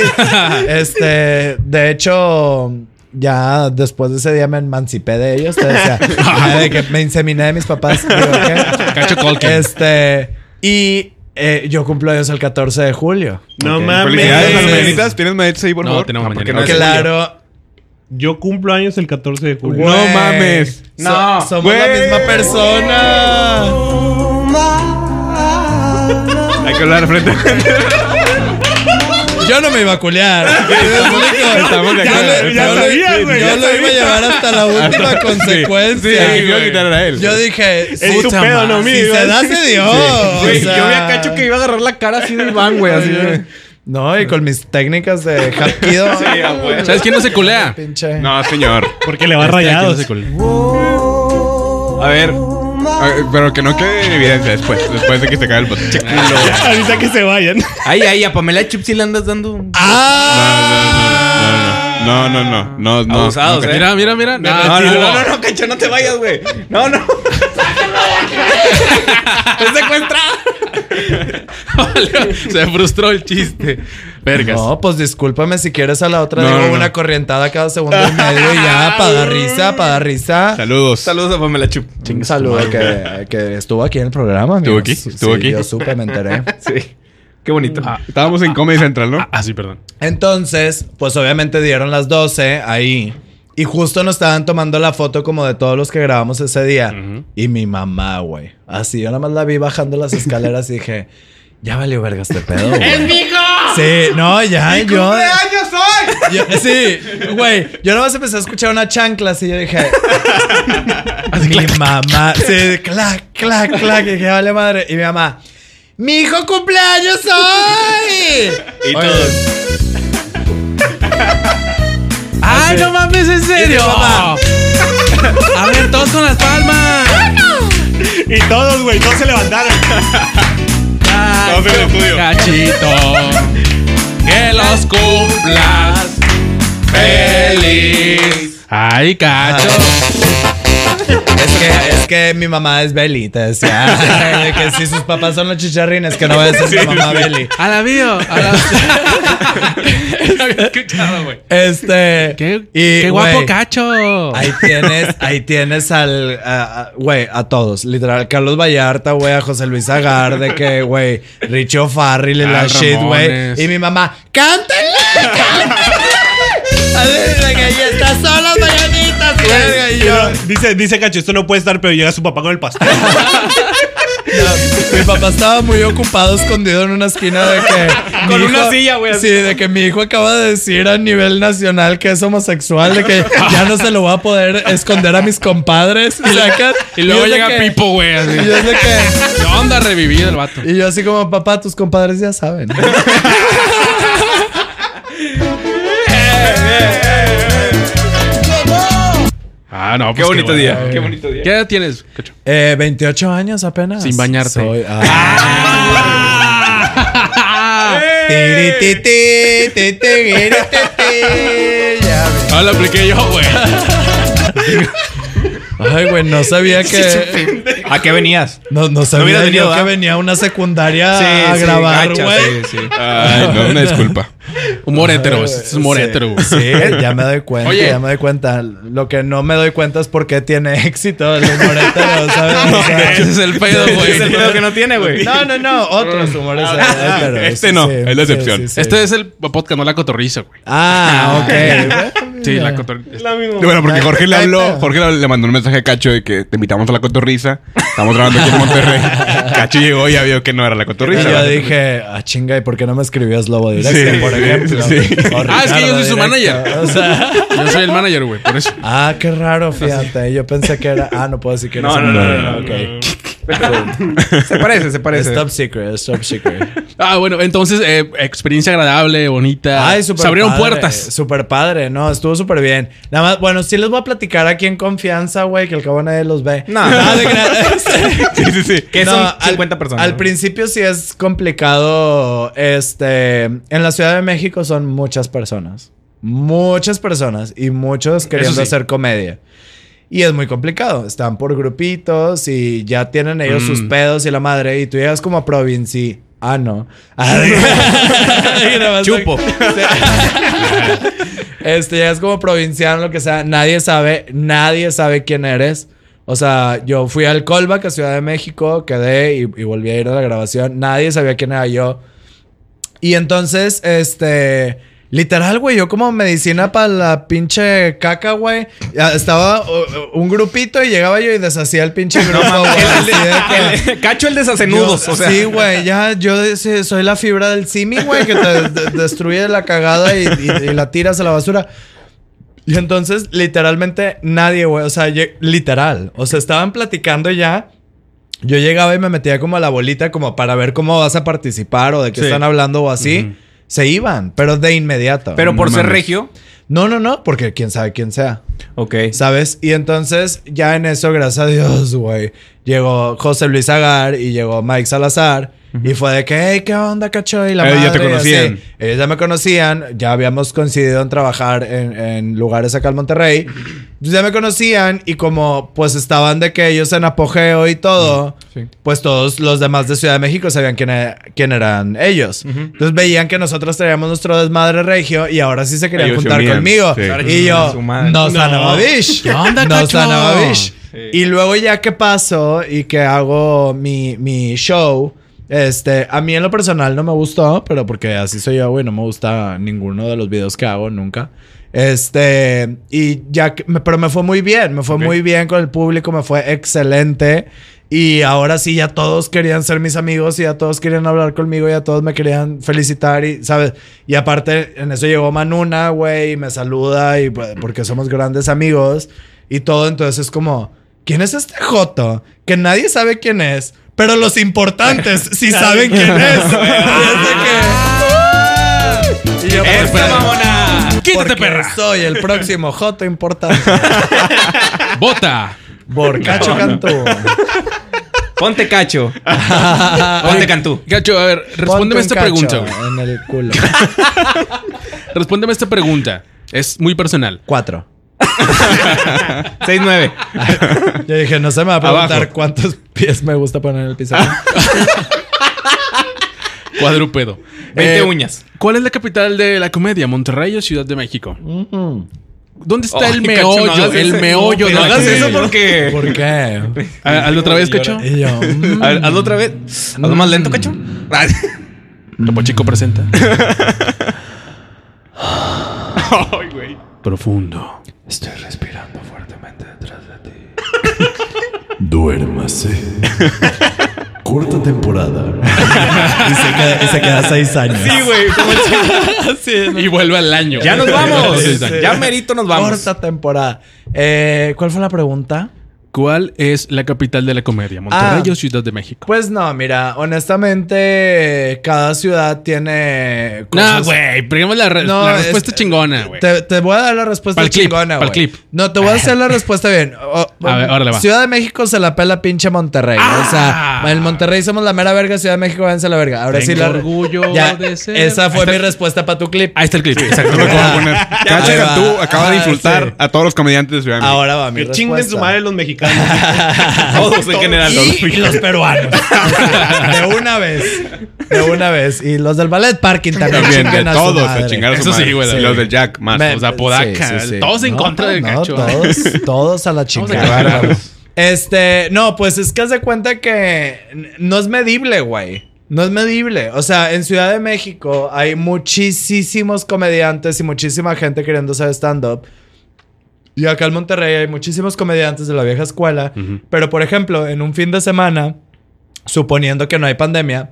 C: Este, de hecho, ya después de ese día me emancipé de ellos. te decía, ya de que me inseminé de mis papás. digo, ¿qué?
A: Cacho Colkin.
C: Este, y eh, yo cumplo años el 14 de julio.
E: no
B: Ok.
E: mames.
B: Felicidades,
C: Sí.
B: Marmenitas. ¿Tienes meditas ahí, por
A: No,
B: favor?
A: tenemos
B: Ah, porque
A: mañana.
B: no es-
C: Claro.
E: Yo cumplo años el 14 de julio.
B: No
C: güey.
B: mames.
C: So-
D: No,
C: somos la
B: güey.
C: misma persona.
B: Hay que hablar frente a frente.
C: Yo no me iba a culear.
B: Estamos de
C: Yo
B: acuerdo.
C: lo-
E: Ya
C: yo lo-
E: sabía, güey,
C: yo
E: ya
C: lo iba a llevar hasta la última consecuencia.
B: Sí, yo
C: güey.
B: quitar a él.
C: Yo dije,
E: Es tu
C: puta
E: pedo,
C: madre,
E: no mío.
C: Si se da, se dio. o
D: Güey,
C: sea.
D: yo me acacho que iba a agarrar la cara así del van, güey. Así de-
C: No, y con mis técnicas de Ah, hapkido.
D: Sí, a huevo.
A: ¿Sabes quién no se culea?
C: Pinche.
B: No, señor.
E: Porque le va
A: ¿Quién no
E: rayados.
A: se culea?
B: A ver. A ver, Pero que no quede en evidencia después. Después de que se caiga el podcast.
E: Ah. Ahorita que se vayan.
D: Ay, ay, a Pamela Chipsy le andas dando. un-
C: ¡Ah!
B: No, no, no. No, no. no.
D: Abusados,
B: No,
D: eh.
A: Mira, mira, mira. No,
D: No,
A: tío.
D: no, no, no, no, cacho, no te vayas, güey. No, no. Te secuestrado.
A: Se frustró el chiste. Vergas.
C: No, pues discúlpame si quieres a la otra.
B: No,
C: digo
B: no, no.
C: una corrientada cada segundo y medio y ya, para dar risa, para dar risa.
B: Saludos.
D: Saludos a Pamela Chup.
C: Un saludo que, que estuvo aquí en el programa.
B: Estuvo
C: amigos.
B: aquí, estuvo
C: Sí,
B: aquí.
C: Yo supe, me enteré.
D: Sí. Qué bonito.
B: Estábamos en Comedy Central, ¿no?
A: Ah, ah, sí, perdón.
C: Entonces, pues obviamente dieron las 12 ahí. Y justo nos estaban tomando la foto como de todos los que grabamos ese día. Y mi mamá, güey. Así, yo nada más la vi bajando las escaleras y dije, ya valió verga este pedo. ¡Es mi Sí, no, ya, yo.
B: años hoy!
C: yo- sí, güey. Yo nada más empecé a escuchar una chancla así. Yo dije, mi mamá. Sí, clac, clac, clac. Y dije, vale madre. Y mi mamá, mi hijo cumpleaños hoy.
B: Y
C: Oye,
B: todos.
A: ¡Ay, no mames, en serio!
C: mamá.
A: A ver, todos con las palmas.
E: Y todos, güey, todos se levantaron.
B: Todos en el estudio.
A: Cachito, que los cumplas feliz. Ay, cacho.
C: Es que, es que mi mamá es Belly, te decía. De que si sus papás son los chicharrines, que no vayas a ser mi mamá Belly.
A: A la bio. A la... no había escuchado, güey.
C: Este.
A: Qué,
C: y,
A: qué guapo
C: güey,
A: cacho.
C: Ahí tienes, ahí tienes al, a- a- güey, a, todos, literal, Carlos Vallarta, güey, a José Luis Agar, de que, güey, Richo Farrell, y la
A: Al
C: shit, güey,
A: Ah, Ramones.
C: y mi mamá, cántale, cántale, a ver, de que ya estás sola, mañanitas, güey, y yo,
E: Dice, dice Cacho, esto no puede estar, pero llega su papá con el pastel.
C: No, mi papá estaba muy ocupado, escondido en una esquina de que.
D: Con
C: mi
D: una silla, güey, así.
C: Sí, de que mi hijo acaba de decir a nivel nacional que es homosexual, de que ya no se lo va a poder esconder a mis compadres. Y, sacan-
A: Y luego
C: yo de
A: llega
C: que-
A: Pipo, güey.
C: Y
A: Así.
C: yo, de que-
A: ¿Qué onda revivido el vato?
C: y yo así como, papá, tus compadres ya saben.
A: Ah, no, pues
D: Qué bonito
A: bueno.
D: día. Qué bonito día.
A: ¿Qué edad tienes, cacho?
C: Eh, 28 años apenas.
A: Sin bañarte. Ah.
C: Soy- Ah. Tiri, ti, ti, ti, ti, tiri, ti, ti. Ya, güey.
A: Ah, lo apliqué yo, güey.
C: Ay, güey, no sabía que.
D: ¿A qué venías?
C: No, no sabía
D: hubieras
C: yo
D: venido,
C: que
B: ¿ah?
D: ¿verdad?
C: venía una secundaria a
D: sí,
C: grabar,
D: gacha,
C: güey.
D: sí, sí.
B: Ay, no, una disculpa.
A: Humor hétero, güey. Pues este es humor
C: Ah, Sí,
A: hétero, güey.
C: Sí, ya me doy cuenta,
A: Oye.
C: ya me doy cuenta. Lo que no me doy cuenta es por qué tiene éxito el humor hétero, ¿sabes? O sea,
A: Ese es el pedo, güey.
D: Es el pedo que no tiene, güey.
C: no, no, no, otros eh, humores héteros.
B: Este no, es la excepción.
A: Este es el podcast, no la cotorriza, güey.
C: Ah, ok.
A: Sí, la cotorriza.
E: La misma.
B: Bueno, porque Jorge le
C: Ay,
B: habló,
C: pero-
B: Jorge le- le mandó un mensaje a Cacho de que te invitamos a la cotorriza. Estamos grabando aquí en Monterrey. Cacho llegó y ya vio que no era la
C: Y
B: cotorriza.
C: yo dije, ah, chinga, ¿y por qué no me escribías Lobo Directo,
B: Sí,
C: por
B: sí,
C: ejemplo?
B: sí.
C: O
A: Ah, es que yo
C: Ricardo
A: soy su
C: Directo,
A: manager.
C: O sea,
A: Yo soy el manager, güey, por eso.
C: Ah, qué raro, fíjate. Yo pensé que era. Ah, no puedo decir que era.
D: No, no, no, no, no,
E: Eh,
D: Se parece, se parece.
C: Stop secret, stop secret.
A: Ah, bueno, entonces, eh, experiencia agradable, bonita.
C: Ay, súper
A: Ah, Se abrieron
C: padre,
A: puertas.
C: Súper padre, no, estuvo súper bien. Nada más, bueno, sí les voy a platicar aquí en confianza, güey, que el cabo nadie los ve.
D: No.
C: Nada de gra-
B: Sí, sí, sí.
D: Que son
C: No, al-
D: 50 personas.
C: Al
D: ¿no?
C: principio sí es complicado. Este. En la Ciudad de México son muchas personas. Muchas personas. Y muchos queriendo
A: sí.
C: hacer comedia. Y es muy complicado. Están por grupitos y ya tienen ellos sus
D: Mm.
C: pedos y la madre. Y tú llegas como a provincia. Ah, no.
D: Chupo.
C: Este, ya es como provinciano, lo que sea. Nadie sabe, nadie sabe quién eres. O sea, yo fui al callback a Ciudad de México, quedé y, y volví a ir a la grabación. Nadie sabía quién era yo. Y entonces, este. Literal, güey, yo como medicina para la pinche caca, güey. Ya Estaba uh, uh, un grupito y llegaba yo y deshacía el pinche grupo, güey.
D: El-
C: así de
D: el-
C: que-
D: el- Cacho el desacenudos.
C: yo-
D: o sea.
C: Sí, güey. Ya, yo de- sí, soy la fibra del simi, güey, que te de- destruye la cagada y, y- y la tiras a la basura. Y entonces, literalmente, nadie, güey. O sea, yo- literal. O sea, estaban platicando ya. Yo llegaba y me metía como a la bolita, como para ver cómo vas a participar o de qué
A: Sí.
C: están hablando o así. Se iban, pero de inmediato.
D: Pero por
B: No
D: ser
B: mames.
D: regio.
C: No, no, no, porque quién sabe quién sea.
D: Ok.
C: ¿Sabes? Y entonces, ya en eso, gracias a Dios, güey, llegó José Luis Agar y llegó Mike Salazar. Y fue de que, hey, ¿qué onda, cacho? Y la
B: Eh, ya
C: madre,
B: te
C: y así.
B: conocían.
C: Ellos ya me conocían, ya habíamos coincidido en trabajar en, en lugares acá en Monterrey. Entonces, ya me conocían y como pues estaban de que ellos en apogeo y todo, pues todos los demás de Ciudad de México sabían quién, e- quién eran ellos. Entonces veían que nosotros traíamos nuestro desmadre regio y ahora sí se querían
B: Ellos se
C: juntar
B: unían,
C: conmigo.
B: sí.
D: Ahora
C: Y
D: chingan a
C: yo,
D: su madre.
C: no, Sanababish.
A: ¿Qué onda,
C: No,
A: cacho?
C: Sanababish. Y luego ya que paso y que hago mi, mi show, este, a mí en lo personal no me gustó, pero porque así soy yo, güey, no me gusta ninguno de los videos que hago nunca. Este, y ya, que- me- pero me fue muy bien, me fue muy bien con el público, me fue excelente. Y ahora sí, ya todos querían ser mis amigos y ya todos querían hablar conmigo, ya todos me querían felicitar y, ¿sabes? Y aparte, en eso llegó Manuna, güey, y me saluda y pues, porque somos grandes amigos y todo. Entonces es como, ¿quién es este Joto? Que nadie sabe quién es, pero los importantes sí saben quién es. Y es de que, "Ah". Y yo,
D: ¡Esta
C: porque-
D: mamona!
A: ¡Quítate,
C: porque
A: perra!
C: Soy el próximo Joto importante.
A: ¡Bota!
C: Borcacho Cantú.
D: Ponte cacho. Ponte cantú.
A: Cacho, a ver,
C: Ponte un
A: respóndeme esta
C: cacho
A: pregunta, güey.
C: En el culo.
A: Respóndeme esta pregunta. Es muy personal.
C: Cuatro.
D: 6-9.
C: Yo dije, no se me va a preguntar
A: Abajo.
C: cuántos pies me gusta poner en el piso.
D: Ah.
A: Cuadrúpedo. Eh,
D: 20 uñas.
A: ¿Cuál es la capital de la comedia? ¿Monterrey o Ciudad de México? ¿Dónde está el
D: Mm-hmm. Ay, Cacho, no
A: meollo?
D: hagas
A: el
D: eso.
A: meollo
D: No
A: de la
D: hagas
A: comedia.
D: eso porque...
C: ¿Por qué?
A: Ah, Hazlo otra vez, Cacho.
C: Y yo, mm,
D: A ver, hazlo otra vez. Hazlo más lento, cacho. Ay,
A: Topo Chico presenta. Profundo.
F: Estoy respirando fuertemente detrás de ti. Duérmase. Corta temporada.
C: y, se queda, y se queda seis años.
D: Ah. güey. como el chico.
A: Y vuelve al año.
D: Ya nos vamos.
A: Sí, sí.
D: Ya merito nos vamos.
C: Corta temporada. Eh, ¿Cuál fue la pregunta?
A: ¿Cuál es la capital de la comedia? ¿Monterrey
C: Ah.
A: o Ciudad de México?
C: Pues no, mira, honestamente, cada ciudad tiene.
A: No,
C: cosas-
A: güey. Pegamos la, re-
C: No,
A: la
C: es-
A: respuesta chingona, güey.
C: Te, te voy a dar la respuesta
A: Pa'l clip,
C: chingona,
A: pa'l
C: güey.
A: clip. Ah.
C: No, te voy a hacer la respuesta bien. O-
A: A ver, órale, va. Ah.
C: Ciudad de México se la pela pinche Monterrey. O sea, en Monterrey somos la mera verga, Ciudad de México váyanse a la verga. Ahora
A: Tengo
C: sí la
A: orgullo de ser-
C: Esa fue mi respuesta para tu clip.
A: Ahí está el clip. Exacto.
B: Lo que voy a poner. Cacho
C: Ahí va.
B: Cantú acaba de
C: Ah,
B: insultar
C: sí.
B: a todos los comediantes de Ciudad de México.
C: Ahora va mi
E: Que
C: respuesta.
E: chinguen su madre los mexicanos.
D: Todos en general. todos.
C: Y los peruanos. De una vez. De una vez. Y los del ballet parking también.
B: También, de
C: chinguen a su
B: todos, a
C: madre.
B: chingar a su
A: Eso sí,
B: madre.
A: güey,
B: Y
A: sí.
B: los del Jack, más.
C: Me-
A: o sea, Podaca, todos en contra de Cacho.
C: Todos, todos a la chingada. Este, no, pues es que haz de cuenta que n- no es medible, güey. No es medible. O sea, en Ciudad de México hay muchísimos comediantes y muchísima gente queriendo hacer stand-up. Y acá en Monterrey hay muchísimos comediantes de la vieja escuela. Pero, por ejemplo, en un fin de semana, suponiendo que no hay pandemia,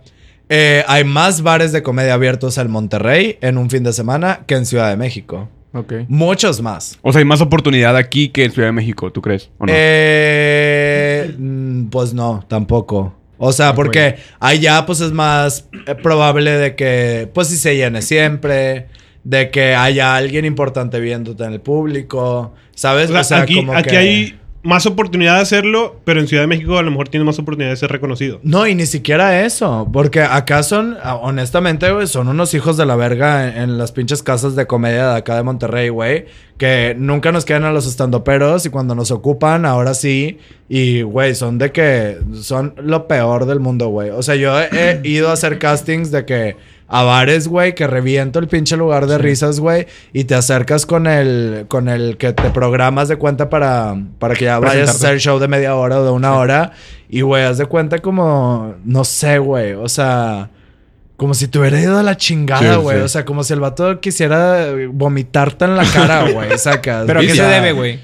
C: eh, hay más bares de comedia abiertos en Monterrey en un fin de semana que en Ciudad de México. Muchos más.
B: O sea, hay más oportunidad aquí que en Ciudad de México, ¿tú crees? ¿O no?
C: Eh, mm, pues no, tampoco. O sea, porque allá pues es más eh, probable de que pues si se llene siempre, de que haya alguien importante viéndote en el público, ¿sabes?
E: O sea, aquí,
C: como
E: aquí
C: que-
E: hay más oportunidad de hacerlo, pero en Ciudad de México a lo mejor tiene más oportunidad de ser reconocido.
C: No, y ni siquiera eso, porque acá son, ah, honestamente, güey, son unos hijos de la verga en, en las pinches casas de comedia de acá de Monterrey, güey, que nunca nos quedan a los estandoperos y cuando nos ocupan, ahora sí, y, güey, son de que son lo peor del mundo, güey. O sea, yo he, he ido a hacer castings de que a bares, güey, que reviento el pinche lugar de risas, güey, y te acercas con el, con el que te programas de cuenta para, para que ya vayas a hacer show de media hora o de una hora. Y, güey, haz de cuenta como, no sé, güey, o sea, como si te hubiera ido a la chingada,
B: Sí,
C: güey.
B: sí.
C: O sea, como si el vato quisiera eh, vomitarte en la cara, güey, sacas.
D: ¿Pero a
C: O
D: qué se
C: sea,
D: debe, güey?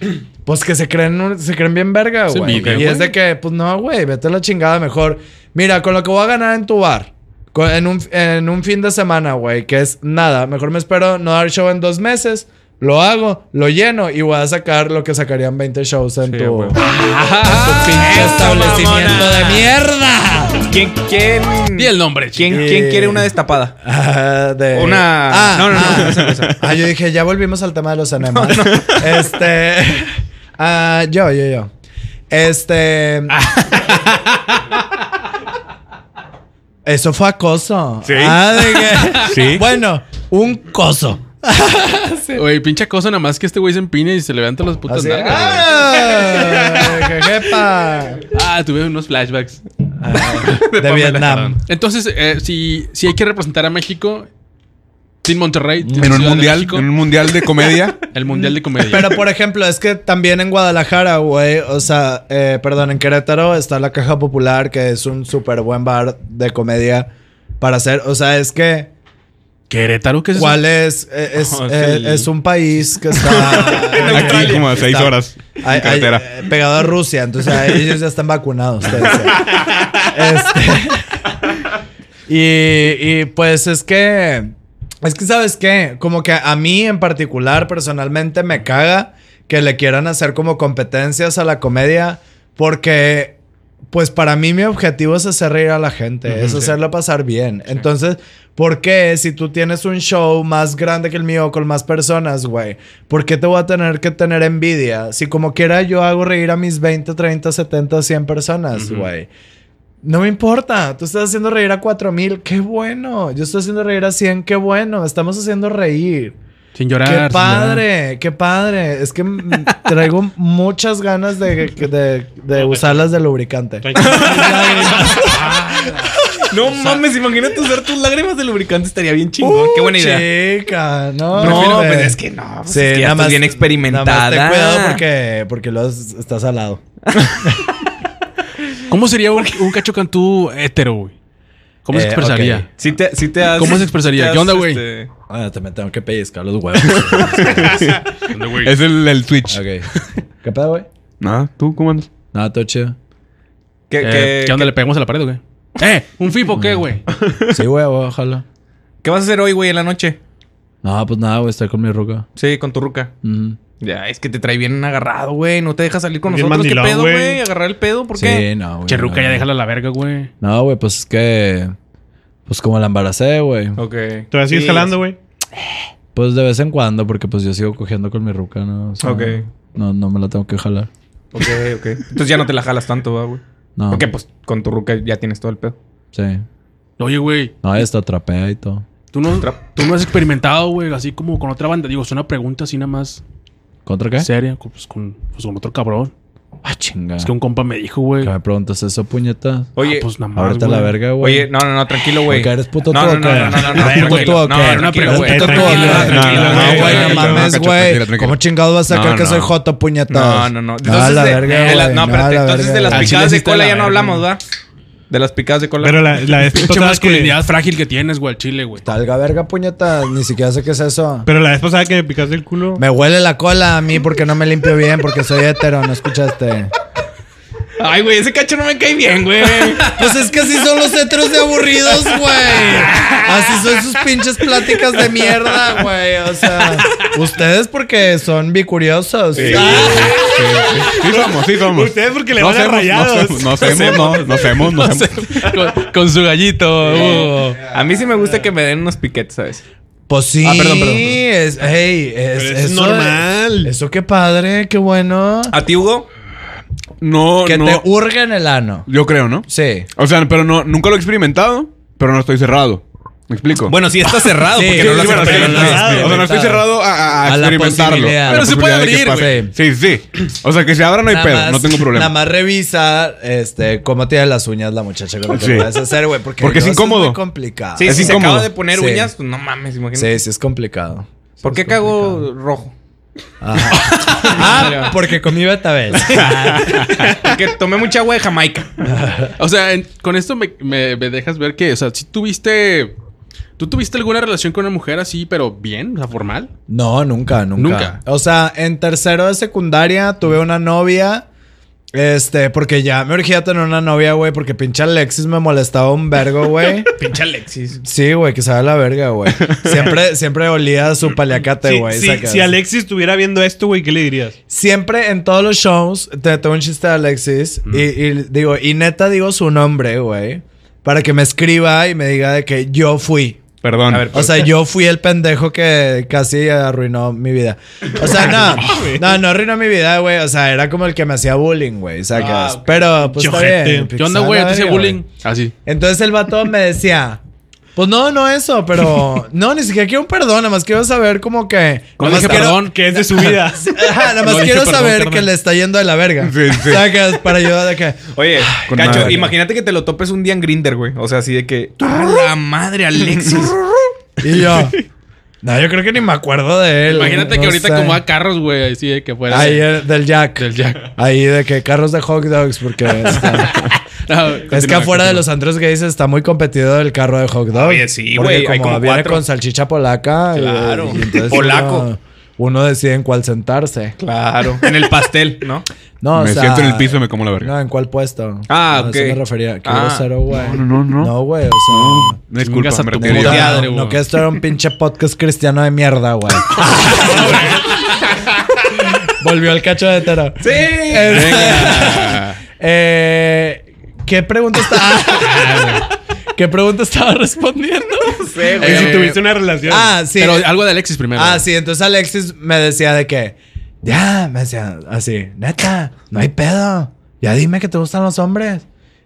C: Pues que se creen, un- se creen bien verga,
A: Se
C: güey.
A: envidia,
C: y es
A: güey.
C: de que, pues no, güey, vete a la chingada mejor. Mira, con lo que voy a ganar en tu bar, con- en, un, en un fin de semana, güey, que es nada, mejor me espero no dar show en dos meses. Lo hago, lo lleno y voy a sacar lo que sacarían 20 shows en tu, en tu
A: Ah,
C: pinche establecimiento
D: mamona.
C: de mierda.
D: ¿Quién, quién,
A: Di el nombre,
D: quién,
C: Eh.
D: quién quiere una destapada?
C: Ah, de...
D: Una-
C: Ah,
D: no, no, no,
C: ah.
D: no, esa, esa.
C: Ah, yo dije, ya volvimos al tema de los enemas. Este. ah, yo, yo, yo. Este. Eso fue acoso.
B: Sí.
C: Ah, de que-
B: Sí.
C: Bueno, un coso.
A: Oye, pinche cosa, nada más que este güey se empine y se levanta las putas
C: Así.
A: nalgas, güey.
C: ¡Ah! ¡Que jepa!
A: Ah, tuve unos flashbacks.
C: De, Vietnam.
A: Entonces, eh, si, si hay que representar a México, Team Monterrey, Team
B: En
A: Ciudad
B: un
A: de
B: mundial,
A: México,
B: en un mundial de comedia.
A: el mundial de comedia.
C: Mm, Pero por ejemplo, es que también en Guadalajara, güey, o sea, eh, perdón, en Querétaro está la Caja Popular, que es un súper buen bar de comedia para hacer. O sea, es que,
A: Querétaro, ¿qué es eso?
C: ¿cuál es? Eh, Es,
D: Oh, es
C: eh,
D: el-
C: es un país que está.
B: Aquí como a seis
C: está-
B: horas. en
C: Ay, ay,
B: carretera.
C: eh, pegado a Rusia, entonces ahí ellos ya están vacunados. te decía. Este, y, y, pues es que, es que sabes qué, como que a mí en particular personalmente me caga que le quieran hacer como competencias a la comedia porque... Pues para mí mi objetivo es hacer reír a la gente, es hacerla pasar bien. Entonces, ¿por qué si tú tienes un show más grande que el mío con más personas, güey? ¿Por qué te voy a tener que tener envidia? Si como quiera yo hago reír a mis 20, 30, 70, 100 personas, güey. No me importa, tú estás haciendo reír a 4000, qué bueno. Yo estoy haciendo reír a 100, qué bueno. Estamos haciendo reír.
A: Sin llorar.
C: Qué
A: sin llorar.
C: padre, qué padre. Es que mm, traigo muchas ganas de, de- de
D: pues,
C: usarlas de lubricante.
D: No mames, imagínate usar tus lágrimas de lubricante, estaría bien chingón. Qué buena idea.
C: Chica, no.
D: No,
C: hombre.
D: pues es que no. Pues
C: Sí,
D: es que ya
C: nada
D: estás
C: más-
D: bien experimentada.
C: Nada más ten cuidado porque, porque luego estás al lado.
A: ¿Cómo sería un, un cacho cantú hétero, güey? ¿Cómo se
C: Eh,
A: expresaría?
C: ok.
D: Sí te, sí te has-
A: ¿Cómo se expresaría?
D: te
A: ¿Qué
D: has,
A: onda, güey?
D: este,
C: Ah, también tengo que pellizcar los huevos.
B: Es el, el Twitch.
D: Ah,
C: ok. ¿Qué pedo, güey?
B: Nada, ¿tú cómo andas?
C: Nada, todo chido.
D: ¿qué-
A: Eh,
D: qué-
A: ¿Qué onda?
D: qué-
A: ¿Le pegamos a la pared o qué? ¡Eh! ¿Un FIP o qué,
C: Mm.
A: güey?
C: Sí, güey, güey, ojalá.
D: qué vas a hacer hoy, güey, en la noche?
C: No, pues nada, güey, estar con mi ruca.
D: Sí, con tu ruca.
C: Ujú.
D: Ya, es que te trae bien agarrado, güey. No te deja salir con
E: Bien
D: nosotros.
E: mandilón,
D: ¿Qué pedo,
E: güey?
D: güey? Agarrar el pedo, ¿por
C: Sí,
D: qué?
C: no, güey.
A: Cherruca,
C: no,
A: ya
C: no.
A: déjala a la verga, güey.
C: No, güey, pues es que. Pues como la embaracé, güey.
D: Ok.
E: Te vas a seguir
D: Sí,
E: jalando, güey.
C: Pues de vez en cuando, porque pues yo sigo cogiendo con mi ruca, ¿no? O sea,
D: Ok.
C: No, no me la tengo que jalar.
D: Ok, ok. Entonces ya no te la jalas tanto, va, güey.
C: No.
D: Porque pues con tu ruca ya tienes todo el pedo.
C: Sí.
A: Oye, güey,
C: No, esta trapea y todo.
A: ¿tú no,
D: Tra-
A: tú no has experimentado, güey, así como con otra banda. Digo, es una pregunta así nada más
C: ¿Contra qué?
A: seria, con- pues con, pues, con otro cabrón.
C: Ah, chinga.
A: Es que un compa me dijo, güey.
C: Que me preguntas eso, puñeta.
D: Oye,
A: Ah, pues nada más.
C: Ahorita la
A: güey.
C: verga, güey.
D: Oye, no, no, no, tranquilo, güey.
C: Porque eres puto
D: no,
C: tú,
D: no,
C: ¿o
D: no,
C: qué?
D: no, no, no, no,
C: Eres puto
D: tranquilo.
C: tú, ¿o
D: No,
C: qué?
D: era una
A: Eres
D: pregunta,
A: puto
D: güey.
E: tú, ¿o qué?
D: Tranquilo,
E: No,
D: tranquilo,
E: no,
D: güey,
C: No, güey, no
D: tranquilo,
C: mames,
D: tranquilo.
B: cacho, tranquilo,
C: güey.
B: tranquilo.
C: ¿Cómo chingados vas a sacar
B: No,
C: que soy
B: no.
C: joto,
D: No,
C: puñetas?
D: no, no. Entonces,
C: Ah, la
D: de,
C: verga,
D: de la-
C: güey,
D: no,
C: no,
D: espérate.
C: la
D: Entonces, de
C: verga.
D: las
C: Al chile
D: picadas
C: sí
D: de
C: está
D: cola
C: la
D: ya no
C: verga.
D: hablamos, ¿va? De las picadas de cola.
E: Pero la, la vez
A: Pinche
E: pasada que,
A: masculinidad frágil que tienes, güey, al chile, güey.
C: Talga verga, puñetas. Ni siquiera sé qué es eso.
E: Pero la vez pasada que me picaste el culo.
C: Me huele la cola a mí porque no me limpio bien, porque soy hetero, ¿no escuchaste?
D: Ay, güey, ese cacho no me cae bien, güey.
C: Pues es que así son los heteros de aburridos, güey. Así son sus pinches pláticas de mierda, güey. O sea, ustedes porque son bicuriosos. Ah,
B: Sí somos, sí somos.
E: Ustedes porque le
B: No
E: van a
B: hacemos, no
E: rayados.
B: hacemos, no hacemos, no, no hacemos, no hacemos.
A: Con, con su gallito. uh.
D: A mí sí me gusta que me den unos piquetes, ¿sabes?
C: Pues sí.
D: Ah, perdón, perdón.
C: Es, hey, es,
E: Pero es
C: eso-
E: normal.
C: Eso qué padre, qué bueno.
D: ¿A ti, Hugo?
B: No,
C: que
B: Ah, no.
C: te hurga en el ano.
B: Yo creo, ¿no?
C: Sí.
B: O sea, pero no, nunca lo he experimentado, pero no estoy cerrado. ¿Me explico?
D: Bueno, sí está cerrado,
C: Sí,
D: porque no
C: sí,
D: lo has
B: bueno, sí,
D: experimentado.
B: no, no, o sea, no estoy cerrado a, a- a
C: A la
B: experimentarlo.
C: posibilidad.
B: A la
C: Pero se
A: puede
B: posibilidad de que
C: abrir,
B: pase. Sí, sí. O sea, que se abra no hay
C: Nada
B: pedo,
C: más-
B: no tengo
C: Nada
B: problema.
C: más revisa este, cómo tiene las uñas la muchacha con la que
B: Sí.
C: lo vas a hacer, güey. Porque,
B: Porque es
C: luego eso
B: incómodo.
C: muy complicado.
D: Sí,
B: Es
D: si se
B: incómodo.
D: acaba de poner
C: Sí.
D: uñas, pues no mames, imagínate.
C: sí, sí, es complicado.
D: ¿Por qué cago rojo?
C: Ah, porque comí betabel.
D: Porque tomé mucha agua de Jamaica.
A: O sea, en- con esto me, me- me dejas ver que, o sea, si tuviste. ¿Tú tuviste alguna relación con una mujer así, pero bien? O sea, formal.
C: No, nunca, nunca.
A: Nunca.
C: O sea, en tercero de secundaria tuve una novia. Este, porque ya me urgía tener una novia, güey, porque pinche Alexis me molestaba un vergo, güey.
D: Pinche Alexis.
C: Sí, güey, que sabe la verga, güey. Siempre, siempre olía su paliacate,
E: Sí,
C: este güey.
E: sí,
C: sacas.
E: si Alexis estuviera viendo esto, güey, ¿qué le dirías?
C: Siempre en todos los shows te tengo un chiste de Alexis y, y digo, y neta digo su nombre, güey, para que me escriba y me diga de que yo fui.
B: Perdón.
D: A ver,
C: O sea, yo fui el pendejo que casi arruinó mi vida. O sea, no, no, no arruinó mi vida, güey. O sea, era como el que me hacía bullying, güey.
A: Ah,
C: Sacas. Pero, pues, está
E: Chojete.
C: bien.
A: ¿Qué onda, güey?
C: A la
A: ¿Te hice
C: verga,
A: bullying?
C: güey.
A: Así.
C: Entonces el vato me decía, pues no, no eso, pero... No, ni siquiera quiero un perdón, nada más quiero saber como que...
A: No
C: nada más
A: dije
C: quiero-
A: perdón.
E: Que es de su vida.
C: Ajá, nada más
A: No dije
C: quiero
A: perdón,
C: saber
A: carnal.
C: que le está yendo de la verga.
B: Sí, sí.
C: Sacas para ayudar de que...
D: Oye,
B: con
D: Cacho,
B: madre.
D: imagínate que te lo topes un día en Grinder, güey. O sea, así de que. ¡A la madre, Alexis!
C: Y yo... No, yo creo que ni me acuerdo de él.
A: Imagínate
C: no
A: que ahorita
C: sé.
A: como a carros, güey, así de que fuera.
C: Ahí, eh, del Jack.
A: Del Jack.
C: Ahí de que carros de hot dogs, porque está-
A: No,
C: es que afuera de los antros gays está muy competido el carro de hot dogs.
D: Oye, sí,
C: Porque
D: güey, hay
C: Como,
D: como
C: viene
D: cuatro.
C: con salchicha polaca. y-
D: Claro.
C: y entonces
D: Polaco.
C: Uno, uno decide en cuál sentarse.
D: Claro. En el pastel, ¿no?
C: No, o
B: me
C: sea,
B: siento en el piso y me como la verga.
C: No, en cuál puesto.
D: Ah,
C: No, a
D: ok.
C: Eso me refería. Qué
D: Ah.
C: grosero, güey.
B: No, no, no.
C: No, güey, o sea.
B: Me disculpa,
A: Chingas a
B: me
A: tu
B: retiré.
A: puta
C: No,
A: madre,
C: no,
A: güey.
C: que esto era un pinche podcast cristiano de mierda, güey. Volvió el cacho de tero. Sí. eh, ¿Qué pregunta estaba? ¿Qué pregunta estaba respondiendo?
A: Eh,
E: Y si tuviste una relación.
C: Ah, sí.
A: Pero algo de Alexis primero.
C: Ah, sí, entonces Alexis me decía de que, ya, me decía así, neta, no hay pedo, ya dime que te gustan los hombres.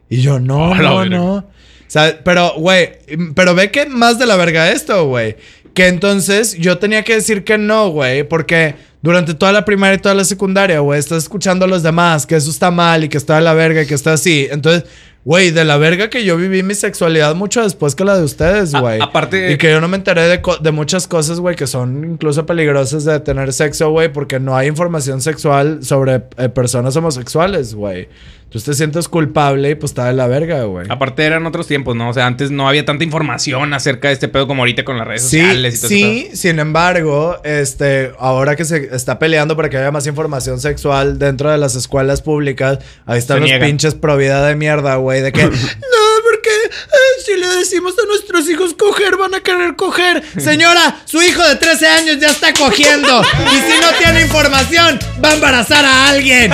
C: Y yo, no,
A: A la
C: no,
A: verga.
C: no. O sea, pero, güey, pero ve que más de la verga esto, güey. Que entonces yo tenía que decir que no, güey, porque durante toda la primaria y toda la secundaria, güey, estás escuchando a los demás que eso está mal y que está de la verga y que está así. Entonces, güey, de la verga que yo viví mi sexualidad mucho después que la de ustedes,
D: A-
C: güey.
D: aparte-
C: Y que yo no me enteré de, co- de muchas cosas, güey, que son incluso peligrosas de tener sexo, güey, porque no hay información sexual sobre eh, personas homosexuales, güey. Tú te sientes culpable y pues está de la verga, güey.
D: Aparte eran otros tiempos, ¿no? O sea, antes no había tanta información acerca de este pedo como ahorita con las redes
C: Sí,
D: sociales y todo ese
C: sí, sin embargo, este, ahora que se está peleando para que haya más información sexual dentro de las escuelas públicas, ahí están
D: Se
C: los
D: niegan.
C: pinches providad de mierda, güey, de que no, porque eh, si le decimos a nuestros hijos coger, van a querer coger. Señora, su hijo de 13 años ya está cogiendo y si no tiene información, va a embarazar a alguien.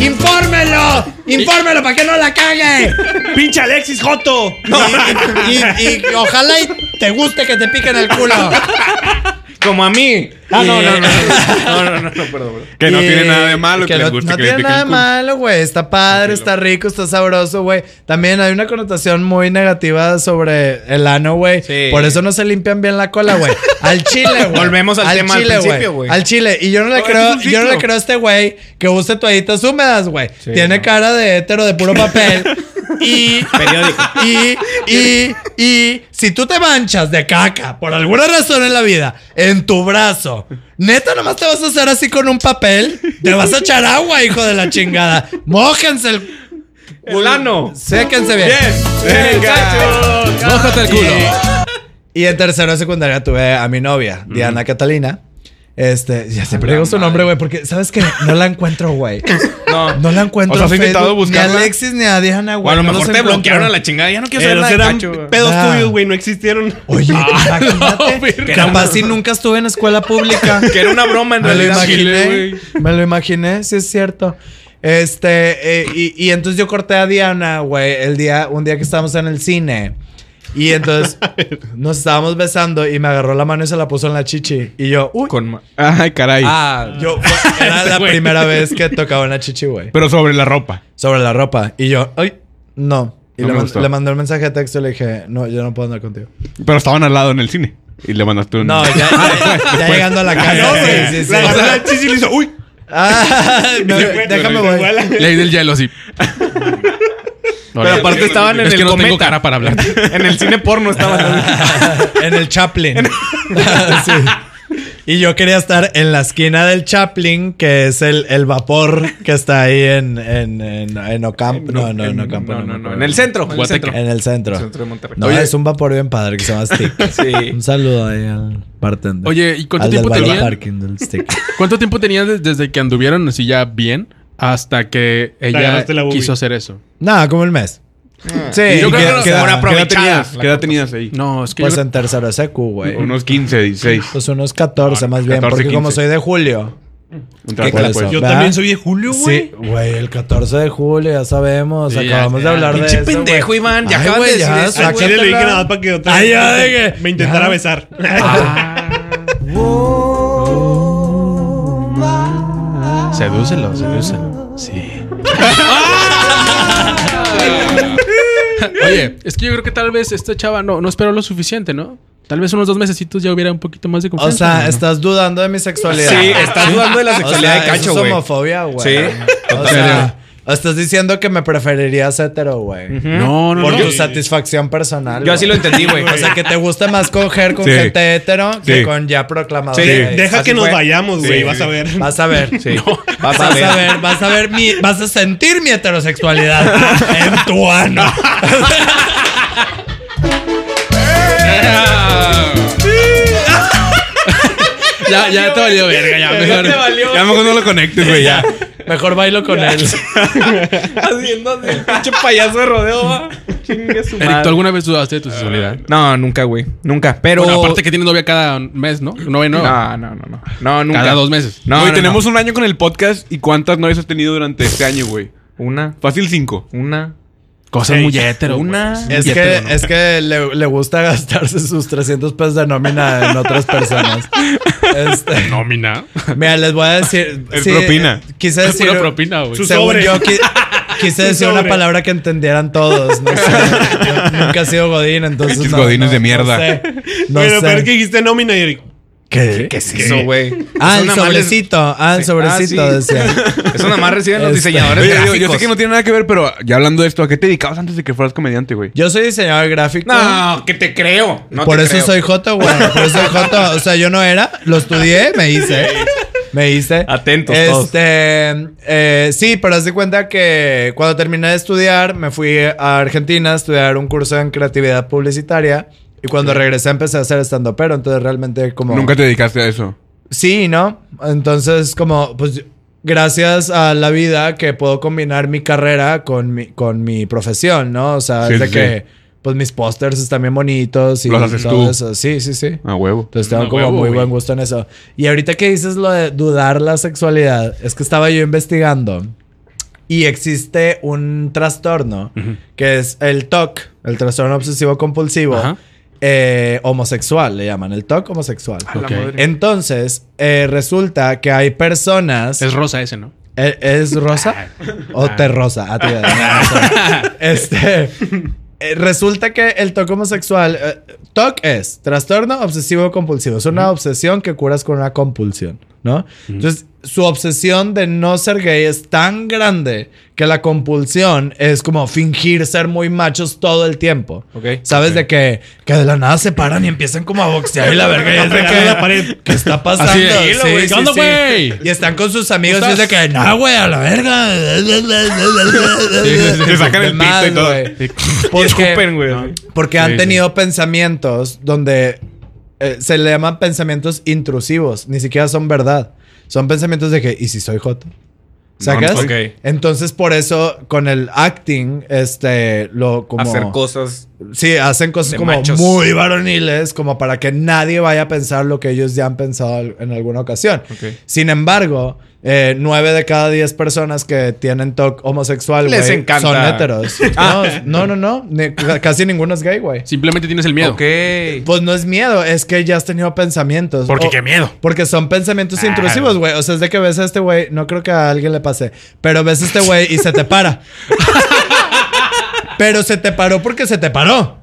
C: Infórmelo, infórmelo para que no la cague.
E: ¡Pinche Alexis Joto!
C: Y, y- y ojalá y te guste que te piquen el culo.
D: pedo. Como a mí. Ah, no, no, no. No, no, no, no, perdón, perdón.
B: Que no
C: Y-
B: tiene nada de malo, que,
C: no-
B: les guste
C: No
B: que
C: tiene
B: les piquen
C: nada de
B: el culo.
C: malo, güey. Está padre, está rico, está sabroso, güey. También hay una connotación muy negativa sobre el ano, güey.
D: Sí.
C: Por eso no se limpian bien la cola, güey. Al chile, güey.
D: Volvemos al tema al principio, güey.
C: Al chile. Y yo no le
B: No,
C: creo,
B: es un
C: yo no le
B: ciclo.
C: creo a este güey que use toallitas húmedas, güey. tiene cara de hétero de puro papel. y
D: Periódico.
C: y, y, y si tú te manchas de caca por alguna razón en la vida, en tu brazo, neta, nomás te vas a hacer así con un papel, te vas a echar agua, hijo de la chingada. Mójense el.
D: Fulano.
C: Séquense bien.
A: Mójate el culo.
C: Y en tercero de secundaria tuve a mi novia, Diana Catalina. Este, ya siempre digo su nombre, güey, porque sabes que no la encuentro, güey.
D: No.
C: No la encuentro.
B: O sea, has
C: en
B: intentado
C: Facebook, Ni a
B: buscarla.
C: Alexis ni a Diana,
D: O
C: güey.
D: a lo
C: no Eh,
D: mejor
C: los
D: te
C: encuentro.
D: bloquearon a la chingada. Ya no quiero saber
E: Pero
D: nada de
E: eran
D: Cacho. güey.
E: pedos
C: Ah.
E: tuyos, güey. No existieron.
C: Oye, imagínate.
D: Ah, verga.
C: capaz si nunca estuve en escuela pública.
D: Que era una broma en
C: Me lo
D: realidad.
C: imaginé. Me lo imaginé, sí es cierto. Este, eh, y, y entonces yo corté a Diana, güey, el día, un día que estábamos en el cine. Y entonces nos estábamos besando y me agarró la mano y se la puso en la chichi. Y yo, uy.
D: Con ma-
B: Ay, caray.
D: Ah,
C: Yo, fue- era la primera vez que tocaba una chichi, güey.
B: Pero sobre la ropa.
C: Sobre la ropa. Y yo, ay, no. Y
B: No
C: le,
B: me
C: man-
B: gustó.
C: le mandé un mensaje de texto y le dije, no, yo no puedo andar contigo.
B: Pero estaban al lado en el cine. Y le mandaste un.
C: No, ya, ya- ya llegando a la casa. sí, sí, sí.
E: La agarró la chichi y le hizo, uy.
C: Ah, me-
E: Se fue,
C: déjame
E: se
C: voy.
E: fue a la-
A: Leí del hielo así.
D: Pero aparte estaban en
A: es
D: el
A: que no
D: cometa.
A: tengo cara para hablar.
D: en el cine porno estaban.
C: en el Chaplin. Sí. Y yo quería estar en la esquina del Chaplin, que es el, el vapor que está ahí en, en, en, en Ocampo. No, no, en Ocampo.
D: No, no, no. En el centro. En el centro.
C: En el centro.
D: centro de Monterrey.
C: No,
A: Oye.
C: es un vapor bien padre que se llama Stick.
D: Sí.
C: Un saludo ahí al bartender.
A: Oye, ¿y cuánto
C: Al
A: tiempo
C: del valet
A: tenían?
C: parking del Stick.
A: ¿Cuánto tiempo tenían des- desde que anduvieron así ya bien hasta que ella
E: agarraste la boobie.
A: quiso hacer eso?
C: Nada, como el mes. Sí,
A: yo creo que
C: que-
A: no se fueron
D: a
C: que- que-
B: ¿Qué edad
D: Aprovechada.
B: tenías? ¿Qué edad tenías ahí?
A: No, es que
C: pues
A: yo-
C: en tercero secu, güey.
B: Unos 15, 16.
C: Pues unos 14 más bien,
B: 14,
C: porque como
B: 15.
C: soy de julio.
B: Un trabajo
C: clase?
B: después.
E: Yo
C: ¿Verdad?
E: también soy de julio, güey.
C: Sí, güey, el 14 de julio, ya sabemos.
A: Sí,
C: acabamos
A: ya,
C: de hablar de
D: Pinche
C: eso.
D: pendejo,
C: güey.
D: Iván. Ya
C: Ay,
D: acabas
C: güey,
D: de
C: ya,
D: decir eso,
E: A
D: güey.
E: Chile le dije nada más para que otra
C: Ay,
E: vez
C: ya,
E: me-
C: de que-
E: me intentara
C: ya.
E: besar.
A: Ah. Sedúcelo, sedúcelo. Sí. Oye, es que yo creo que tal vez esta chava no, no esperó lo suficiente, ¿no? Tal vez unos dos mesecitos ya hubiera un poquito más de
C: O
A: confianza.
C: sea,
A: ¿no?
C: estás dudando de mi sexualidad. Ah,
D: Sí, estás dudando de la
C: O
D: sexualidad
C: sea,
D: de Cacho,
C: eso
D: güey.
C: Es homofobia, güey.
D: Sí,
C: O
A: totalmente.
C: sea, estás diciendo que me preferirías hetero, güey.
A: No, no,
C: Por
A: no.
C: tu satisfacción personal.
D: Yo así lo
C: güey.
D: entendí, güey.
C: O sea, que te gusta más coger con
B: Sí.
C: gente hetero que
B: Sí.
C: con ya proclamado.
D: Sí.
C: gay.
E: Deja
D: así
E: que nos
D: fue.
E: vayamos, güey. Vas a ver.
C: Vas a ver.
D: Sí. Vas
C: Vas a ver, vas a ver mi, vas a sentir mi heterosexualidad en tu ano.
D: Ah.
A: Ya, ya te valió verga, ya mejor.
B: Ya mejor no lo conectes, güey, ya.
C: Mejor bailo con él.
D: Haciendo el pinche payaso de rodeo, va. Chingue su
A: Eric, ¿tú
D: madre.
A: alguna vez dudaste de tu sexualidad?
D: No, nunca, güey. Nunca. Pero.
A: Bueno, aparte que tienes novia cada mes, ¿no? Novia no.
D: No, no, no, no. No, nunca.
A: Cada dos meses.
D: No,
B: Güey,
D: no,
B: tenemos un año con el podcast y cuántas novias has tenido durante este año, güey.
D: no. Una,
B: Fácil cinco.
D: una.
A: Cosas muy hétero.
D: Una.
A: güey.
C: Es
A: Muy
C: que,
A: hétero, ¿no?
C: es que le, le gusta gastarse sus 300 pesos de nómina en otras personas. Este,
A: nómina.
C: mira, les voy a decir. eh,
B: Es propina.
C: Quise
A: Es
C: decir.
A: pura propina, güey.
E: Sus-
C: Según
E: sobre.
C: yo, qui-
E: Su
C: quise decir una
E: sobre.
C: palabra que entendieran todos. No sé. Yo nunca he sido Godín, entonces.
B: Pinches
C: no-
B: godines
C: no-
B: de
C: No
B: mierda.
C: sé. No
E: Pero
C: sé.
E: peor que dijiste nómina, Eric.
C: ¿Qué?
D: ¿Qué es eso, güey?
C: Ah,
D: Es
C: el
D: una mala-
C: sobrecito. Ah, el
D: Sí.
C: sobrecito,
D: Ah, sí.
C: decía.
D: Eso nada más reciben los
C: Este.
D: diseñadores
B: Oye, yo-
D: gráficos.
B: yo sé que no tiene nada que ver, pero ya hablando de esto, ¿a qué te dedicabas antes de que fueras comediante, güey?
C: Yo soy diseñador gráfico.
D: No, que te creo. No
C: por
D: te
C: eso
D: creo.
C: soy Joto, güey. Por eso soy Joto. O sea, yo no era, lo estudié, me hice. Me hice.
D: Atentos
C: Este.
D: todos.
C: eh, sí, pero haz de cuenta que cuando terminé de estudiar, me fui a Argentina a estudiar un curso en creatividad publicitaria. Y cuando regresé empecé a hacer stand pero entonces realmente como...
B: Nunca te dedicaste a eso.
C: Sí, ¿no? Entonces, como, pues, gracias a la vida que puedo combinar mi carrera con mi, con mi profesión, ¿no? O sea,
B: Sí,
C: es de
B: sí,
C: que, pues, mis pósters están bien bonitos y
B: Los haces
C: todo
B: tú.
C: eso. Sí, sí, sí.
B: A huevo.
C: Entonces tengo
A: No,
C: como
A: huevo,
C: muy
A: güey.
C: buen gusto en eso. Y ahorita que dices lo de dudar la sexualidad, es que estaba yo investigando y existe un trastorno que es el TOC, el trastorno obsesivo compulsivo,
A: Ajá.
C: eh, homosexual, le llaman, el TOC homosexual.
B: Ah,
A: Ok.
C: Entonces, eh, resulta que hay personas.
A: Es
C: ¿Es,
A: rosa ese, ¿no?
C: ¿E-, es rosa?
A: Ah.
C: ¿O te rosa? Ah, te iba a decir. este. eh, Resulta que el TOC homosexual. eh, TOC es trastorno obsesivo compulsivo. Es una obsesión que curas con una compulsión, ¿no? Entonces, su obsesión de no ser gay es tan grande que la compulsión es como fingir ser muy machos todo el tiempo.
D: Ok.
C: ¿Sabes? De que, que de la nada se paran y empiezan como a boxear y la verga. y es de
E: Pegarle
C: que-
E: a la pared.
C: ¿Qué está pasando?
A: Así de, "Hilo, güey, ¿qué onda, güey?"
C: Y están con sus amigos y
A: ¿Cómo
C: es de que, no, güey, a la verga.
B: sí, sí. Sacan el pito y
C: Demás,
B: todo.
C: güey.
D: Y
C: Porque,
D: escupen, güey.
C: porque
A: Sí,
C: han
A: sí.
C: tenido pensamientos donde eh, se le llaman pensamientos intrusivos. Ni siquiera son verdad. Son pensamientos de que, ¿y si soy Joto? ¿Sacas?
B: No,
D: ok.
C: Entonces, por eso, con el acting, este, lo como...
D: Hacer cosas.
C: Sí, hacen cosas
D: De
C: como
D: machos.
C: muy varoniles, como para que nadie vaya a pensar lo que ellos ya han pensado al- en alguna ocasión.
D: Ok.
C: Sin embargo, eh, nueve de cada diez personas que tienen TOC homosexual,
D: Les
C: güey,
D: encanta.
C: son heteros. No, no, no, no. Ni- ca- casi ninguno es gay, güey.
A: Simplemente tienes el miedo.
D: Ok.
C: Pues no es miedo, es que ya has tenido pensamientos.
A: Porque
C: O-
A: qué miedo.
C: Porque son pensamientos intrusivos, güey. O sea, es de que ves a este güey, no creo que a alguien le pase, pero ves a este güey y se te para. pero se te paró porque se te paró.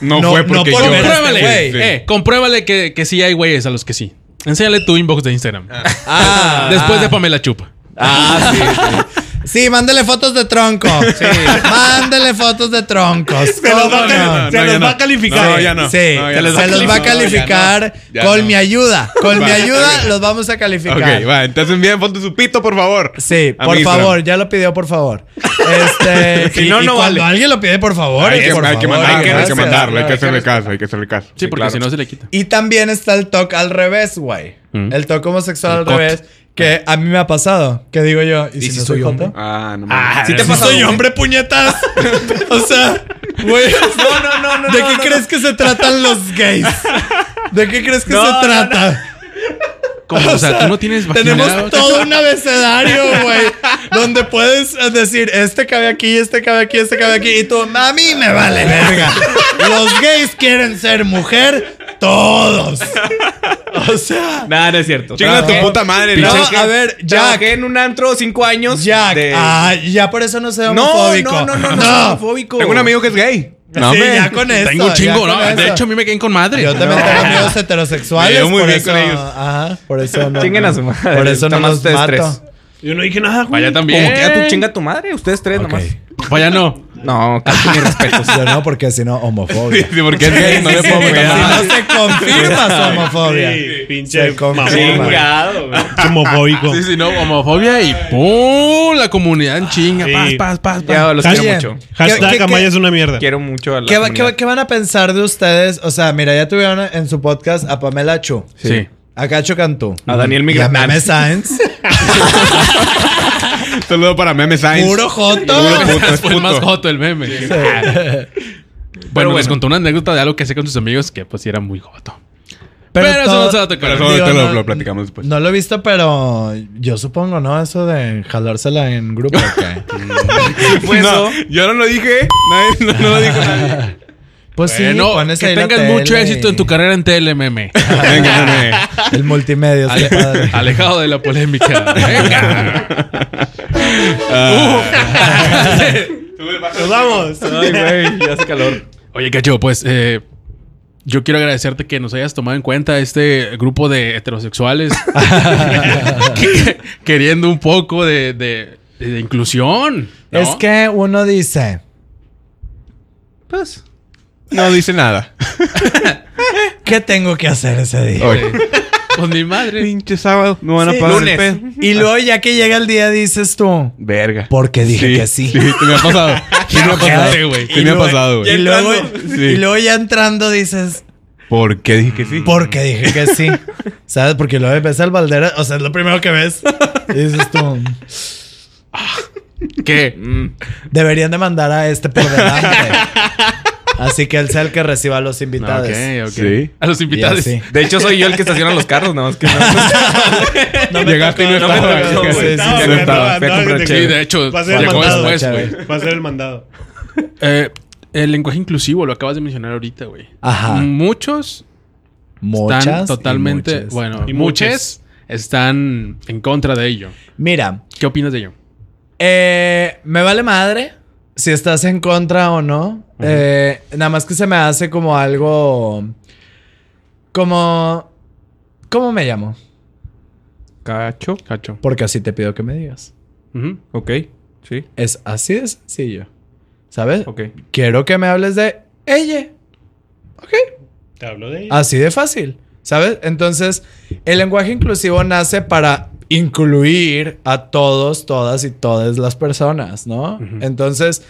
B: No,
C: No,
B: fue
C: no
B: porque
C: por
B: yo...
C: ver este
A: Compruébale,
C: güey.
B: Sí, sí.
A: eh, compruébale que, que sí hay güeyes a los que sí. Enséñale tu inbox de Instagram.
C: Ah,
A: Después
C: ah.
A: de Pamela Chupa.
C: Ah, sí, sí. mándele fotos de tronco. Sí. Mándele fotos de troncos.
E: Se los va
C: ¿Cómo
E: a cali- se
C: no?
B: No, ya
E: los
B: no.
E: va a
B: No,
E: calificar.
B: ya no.
C: Sí,
B: No, ya
C: se
B: no.
C: los va a calificar
B: No, ya no.
C: con
B: Ya
C: mi
B: no.
C: ayuda. Con mi
B: Va,
C: ayuda
B: ok.
C: los vamos a calificar.
B: Ok, va, entonces envíen fotos de su pito, por favor.
C: Sí,
B: A
C: por
B: mi Instagram.
C: favor, ya lo pidió, por favor. Este,
D: Si no, no
C: cuando
D: vale.
C: alguien lo pide, por favor, eh,
B: Hay que,
C: por
B: hay que
C: favor,
B: mandarlo, hay que
C: gracias.
B: mandarlo, hay que hacerle caso, hay que hacerle caso.
A: Sí, porque
B: claro.
A: si no se le quita.
C: Y también está el toque al revés, güey.
A: Mm.
C: El toque homosexual
A: El
C: al
A: cot.
C: revés, que a mí me ha pasado. Que digo yo, ¿y, si, no soy hombre?
B: Ah, no mames.
D: ¿Sí te
C: Si
D: pasa?
C: soy hombre, puñetas. o sea, güey.
D: No, no, no, no.
C: ¿De
D: no,
C: qué
D: no,
C: crees que se tratan los gays? ¿De qué crees que se trata?
A: ¿Cómo? O sea, tú no tienes vaginal.
C: Tenemos todo un abecedario, güey. donde puedes decir, este cabe aquí, este cabe aquí, este cabe aquí. Y tú, mami, me vale verga. Los gays quieren ser mujer, todos. O sea,
D: Nada, no es cierto.
B: Chinga a tu
D: Trabajé-
B: puta madre,
C: no,
B: ¿no?
C: a ver, Jack.
D: Trabajé en un antro cinco años.
C: Jack,
D: de-
C: ah, ya por eso no soy
D: no,
C: homofóbico.
D: no, no, no, no, soy homofóbico.
B: Tengo un amigo que es gay. No,
C: sí,
B: hombre.
C: ya con eso.
A: Tengo un
C: ya
A: chingo,
C: con
A: ¿no? De
C: eso.
A: hecho, a mí me caen con madre.
C: yo también tengo amigos heterosexuales.
B: Me llevo muy
C: por
B: bien
C: eso,
B: con ellos.
C: Ajá, por eso no.
D: Chinguen a su madre.
C: Por eso no
D: Nomás
C: los
D: ustedes
C: mato.
D: tres.
E: Yo no dije nada, güey.
A: Vaya también.
D: Como queda tu chinga tu madre, ustedes tres nomás.
A: Vaya no.
D: No, casi mis respetos.
C: Yo no, porque si no,
B: Sí,
C: homofobia.
B: sí, porque es gay, no le puedo
C: Porque
B: pegar.
C: si no se confirma su homofobia.
E: Sí, pinche
C: Se confirma.
E: mamón, güey. Pinche homofóbico.
A: Sí, sí, no. Homofobia y ¡pum! La comunidad en chinga.
E: Sí.
A: Paz, paz, paz, paz.
D: Ya los
C: Oye,
D: quiero mucho.
C: ¿Qué- qué-
E: Hashtag Amaya
C: qué-
E: es una mierda.
D: Quiero mucho a la
C: ¿Qué, va- qué, va-
D: comunidad.
C: qué van a pensar de ustedes? O sea, mira, ya tuvieron en su podcast a Pamela Chu.
A: Sí.
C: A Cacho Cantú.
D: A Daniel
C: Y a
D: Miguel.
C: Meme Sainz.
B: Saludo para Meme Sainz.
C: Puro Joto.
B: Puro puto, es
A: Fue el más
B: puto.
A: joto el meme. Bueno, les contó una anécdota de algo que hacía con sus amigos que pues sí era muy joto. Pero, eso
C: todo-
A: no se va a tocar.
B: Pero eso
C: Digo,
B: te lo,
C: no-
B: lo platicamos después.
C: No lo he visto, pero yo supongo, ¿no? Eso de jalársela en grupo. ¿ok?
D: fue
B: No,
D: eso?
B: yo no lo dije. Nadie, no, no lo dijo nadie.
C: Pues sí,
A: Bueno,
C: pones
A: Eh, que
C: ahí la
A: tengas mucho
C: tele
A: éxito en tu
C: y-
A: carrera en TLMM.
B: Venga, meme.
C: El multimedia. sí,
A: Ale-
C: padre.
A: alejado de la polémica. Venga.
E: Nos vamos.
D: Ay, güey, ya hace calor.
A: Oye, Cacho, pues eh, yo quiero agradecerte que nos hayas tomado en cuenta este grupo de heterosexuales que- queriendo un poco de, de- de inclusión. ¿no?
C: Es que uno dice,
D: Pues.
B: No dice nada.
C: ¿qué tengo que hacer ese día?
B: Hoy.
A: Pues mi madre.
B: Pinche sábado. No van a
C: Sí.
B: pagar
D: Lunes.
B: el pedo.
C: Y luego ya que llega el día dices tú,
B: Verga.
C: porque dije que sí.
B: Sí, te me ha pasado. Sí, me ha
A: Ojete,
B: pasado,
A: güey.
B: güey. Sí, me ha
C: luego-
B: pasado,
C: Y
B: güey.
C: luego,
B: Sí.
C: y luego ya entrando dices,
B: ¿Por qué dije que sí?
C: porque dije que sí. ¿Sabes? Porque luego ves al Valdera, o sea, es lo primero que ves. Y dices tú,
A: ¿Qué?
D: mm,
C: deberían de mandar a este por delante. Así que él sea el que reciba a los
A: No,
C: invitados.
A: ok, ok.
B: Sí.
A: A los
C: Y
A: invitados.
C: así.
D: De hecho, soy yo el que estaciona los carros, nada más que no.
B: Llegaste y no
D: no me
B: estaba.
D: tocó,
B: güey.
D: güey.
B: Sí,
D: Estaba,
B: sí,
D: güey,
B: no estaba.
D: andaba. Fui a comprar
E: andaba,
D: cheve.
A: Sí, de hecho,
E: Va a ser el
A: llegó
E: mandado.
A: después,
C: güey.
E: Va a ser el mandado.
A: Eh, el lenguaje inclusivo lo acabas de mencionar ahorita, güey.
C: Ajá.
B: Mm.
A: Muchos
C: Muchas.
A: están
C: y
A: totalmente,
C: muchas.
A: bueno,
E: Y
A: muchas
E: muchas.
A: están en contra de ello.
C: Mira,
A: ¿Qué opinas de ello?
C: Eh, me vale madre si estás en contra o no. Eh, nada más que se me hace como algo. Como. ¿Cómo me llamo?
D: Cacho.
A: Cacho.
C: Porque así te pido que me digas.
A: Ujú.
D: Ok. Sí.
C: Es así de sencillo. ¿Sabes?
D: Ok.
C: Quiero que me hables de ella.
E: Te hablo de ella.
C: Así de fácil. ¿Sabes? Entonces, el lenguaje inclusivo nace para incluir a todos, todas y todas las personas, ¿no? Entonces,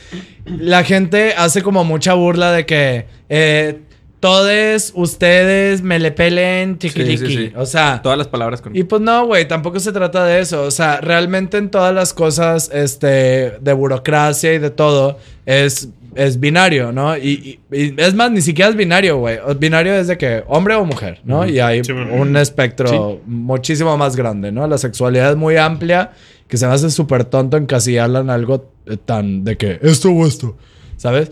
C: la gente hace como mucha burla de que eh, todes ustedes me le pelen chiquiliqui.
D: sí.
C: O sea,
D: Todas las palabras con.
C: y pues no, güey, tampoco se trata de eso. O sea, realmente en todas las cosas este, de burocracia y de todo es, es binario, ¿no? Y, y- y es más, ni siquiera es binario, güey. O- Binario es de que hombre o mujer, ¿no? Y hay
E: Sí, bueno.
C: un espectro muchísimo más grande, ¿no? La sexualidad es muy amplia, que se me hace súper tonto encasillarla en algo eh, tan de que esto o esto, ¿sabes?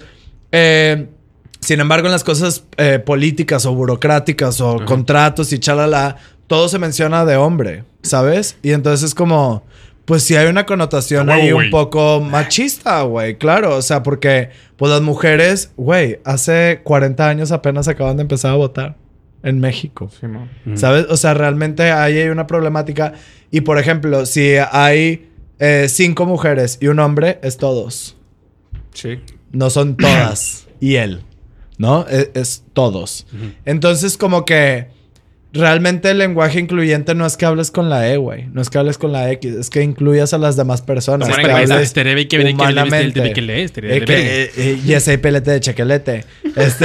C: Eh, sin embargo, en las cosas eh, políticas o burocráticas o contratos y chalala, todo se menciona de hombre, ¿sabes? Y entonces es como, pues sí hay una connotación ahí un poco machista, güey, claro, o sea, porque pues las mujeres, güey, hace 40 años apenas acaban de empezar a votar en México.
D: Sí, mo.
C: ¿Sabes? O sea, realmente ahí hay una problemática. Y por ejemplo, si hay eh, cinco mujeres y un hombre, es todos.
D: Sí.
C: No son todas y él. ¿No? Es, es todos. Entonces, como que realmente el lenguaje incluyente no es que hables con la E, güey. No es que hables con la X. Es que incluyas a las demás personas.
D: Tomar en
C: Pues que
D: cuenta.
C: hables humanamente. Eh, que, eh, eh, y ese pelete de chequelete. Este.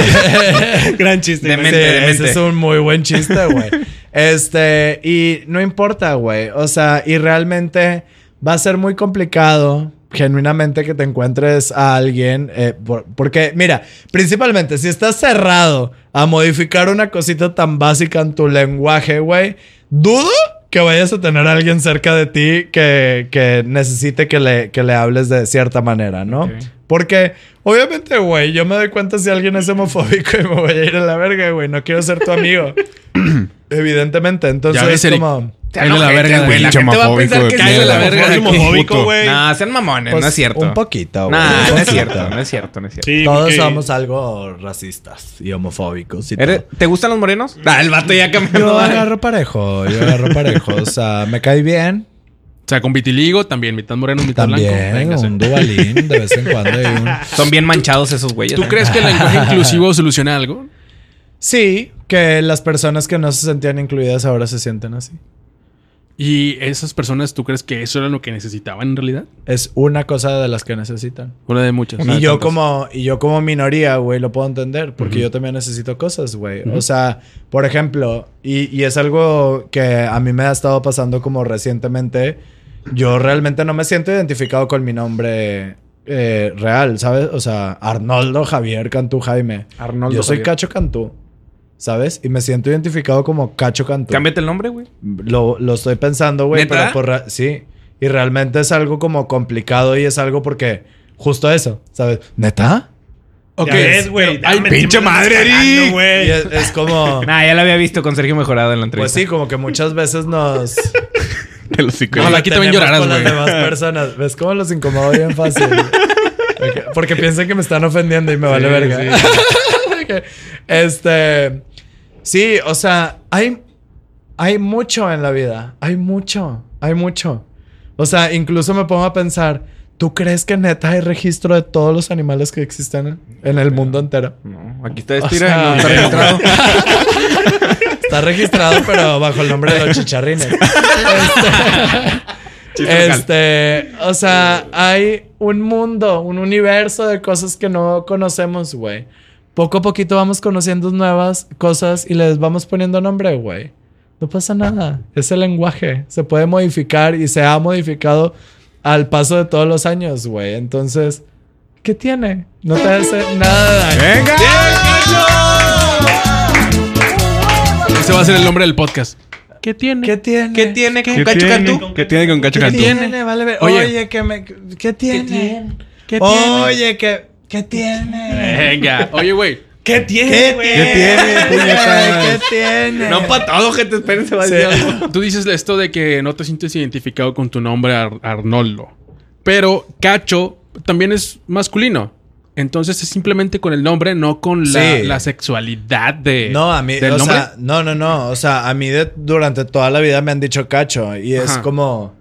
E: Gran chiste.
D: De
E: güey.
D: mente.
C: Sí, Ese es un muy buen chiste, güey. este, y no importa, güey. O sea, y realmente va a ser muy complicado, genuinamente, que te encuentres a alguien. eh, por- porque, mira, principalmente, si estás cerrado a modificar una cosita tan básica en tu lenguaje, güey, dudo que vayas a tener a alguien cerca de ti que, que necesite que le, que le hables de cierta manera, ¿no? Porque obviamente, güey, yo me doy cuenta si alguien es homofóbico y me voy a ir a la verga, güey. No quiero ser tu amigo. Evidentemente. Entonces,
A: Ya ves, Eric.
C: como...
D: eh,
A: Ahí de la verga,
D: güey. La
A: güey.
B: Pinche
D: gente va a
B: homofóbico
D: pensar
B: de
D: que soy de la
B: mierda.
D: verga.
E: Es
D: aquí.
E: homofóbico,
B: puto.
E: güey.
D: Nah, sean mamones,
C: pues,
D: no es cierto.
C: Un poquito, güey.
D: Nah,
C: Un
D: no es
C: poquito.
D: cierto, no es cierto, no es cierto.
E: Sí,
C: Todos
E: porque-
C: somos algo racistas y homofóbicos y
D: ¿Eres- eh.
C: todo.
D: ¿Te gustan los morenos? Ah, el vato ya
C: Yo
D: cambió.
C: agarro parejo, yo agarro parejo. O sea, me cae bien.
A: O sea, con vitiligo también, mitad moreno, mitad blanco.
C: También,
A: Véngase.
C: un
D: eh.
C: dubalín de vez en cuando. y un-
D: Son bien manchados esos güeyes.
A: ¿Tú
D: eh.
A: crees que el lenguaje inclusivo soluciona algo?
C: Sí, que las personas que no se sentían incluidas ahora se sienten así.
A: ¿Y esas personas, tú crees que eso era lo que necesitaban en realidad?
C: Es una cosa de las que necesitan.
A: Una de muchas.
C: Y yo como y yo como minoría, güey, lo puedo entender porque yo también necesito cosas, güey. O sea, por ejemplo, y, y es algo que a mí me ha estado pasando como recientemente, yo realmente no me siento identificado con mi nombre eh, real, ¿sabes? O sea, Arnoldo Javier Cantú Jaime.
D: Arnoldo
C: yo soy
D: Javier.
C: Cacho Cantú, ¿sabes? Y me siento identificado como Cacho Cantú.
D: Cámbiate el nombre, güey.
C: Lo, lo estoy pensando, güey,
D: ¿Neta?
C: pero por ra- sí. Y realmente es algo como complicado y es algo porque justo eso, ¿sabes? ¿Neta?
E: Ya ves, güey.
B: Ay,
E: Dame,
B: pinche
E: me
B: madre,
E: estás cagando,
B: Eric.
E: güey.
C: Y es, es como
D: Nah, ya lo había visto con Sergio Mejorado en la
C: pues
D: entrevista.
C: sí, como que muchas veces nos
B: De los cinco.
A: No, la- aquí también
C: tenemos
A: llorarás,
C: con las
A: güey.
C: demás personas, ¿ves cómo los incomodo bien fácil? Porque- Porque piensan que me están ofendiendo y me vale verga. este sí, o sea, hay hay mucho en la vida, hay mucho, hay mucho. O sea, incluso me pongo a pensar, ¿tú crees que neta hay registro de todos los animales que existen en el mundo entero?
D: No, aquí está
C: O
D: estira.
C: sea,
D: no, está registrado.
C: Está registrado, pero bajo el nombre de los chicharrines. Este, este, o sea, hay un mundo, un universo de cosas que no conocemos, güey. Poco a poquito vamos conociendo nuevas cosas y les vamos poniendo nombre, güey. No pasa nada. Es el lenguaje. Se puede modificar y se ha modificado al paso de todos los años, güey. Entonces, ¿qué tiene? No te hace nada de daño.
B: ¡Venga!
A: Ese va a ser el nombre del podcast. ¿Qué tiene?
C: ¿Qué tiene?
D: ¿Qué tiene con
B: ¿Qué
D: Cacho
B: tiene?
D: Cantú?
B: ¿Qué tiene con Cacho
C: ¿Qué
B: Cantú?
C: tiene? Vale, ver.
A: Oye.
C: Oye, que me, ¿qué tiene?
A: ¿Qué
C: Oye, que, ¿qué tiene?
A: Venga. Oye, güey.
E: ¿Qué tiene, güey?
B: ¿Qué tiene,
C: ¿Qué
B: puñetas?
C: tiene?
D: No para todo, gente. Espérense, va a
C: Sí.
D: decir algo.
A: Tú dices esto de que no te sientes identificado con tu nombre Ar- Arnoldo. Pero Cacho también es masculino. Entonces es simplemente con el nombre, no con la,
C: Sí.
A: la sexualidad de,
C: No, a mí,
A: del
C: o
A: nombre.
C: sea, no, no, no. O sea, a mí de- durante toda la vida me han dicho cacho. Y es
A: Ajá.
C: como,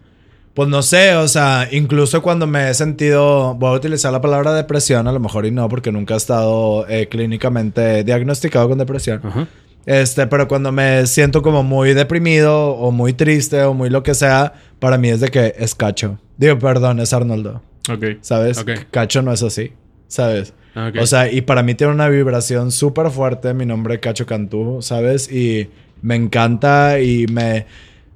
C: pues no sé, o sea, incluso cuando me he sentido, voy a utilizar la palabra depresión, a lo mejor y no, porque nunca he estado eh, clínicamente diagnosticado con depresión.
A: Ajá.
C: Este, pero cuando me siento como muy deprimido o muy triste o muy lo que sea, para mí es de que es cacho. Digo, perdón, es Arnoldo.
A: Ok.
C: ¿Sabes?
A: Ok.
C: Cacho no es así. ¿Sabes?
A: Ok.
C: O sea, y para mí tiene una vibración súper fuerte mi nombre Cacho Cantú, ¿sabes? Y me encanta y me...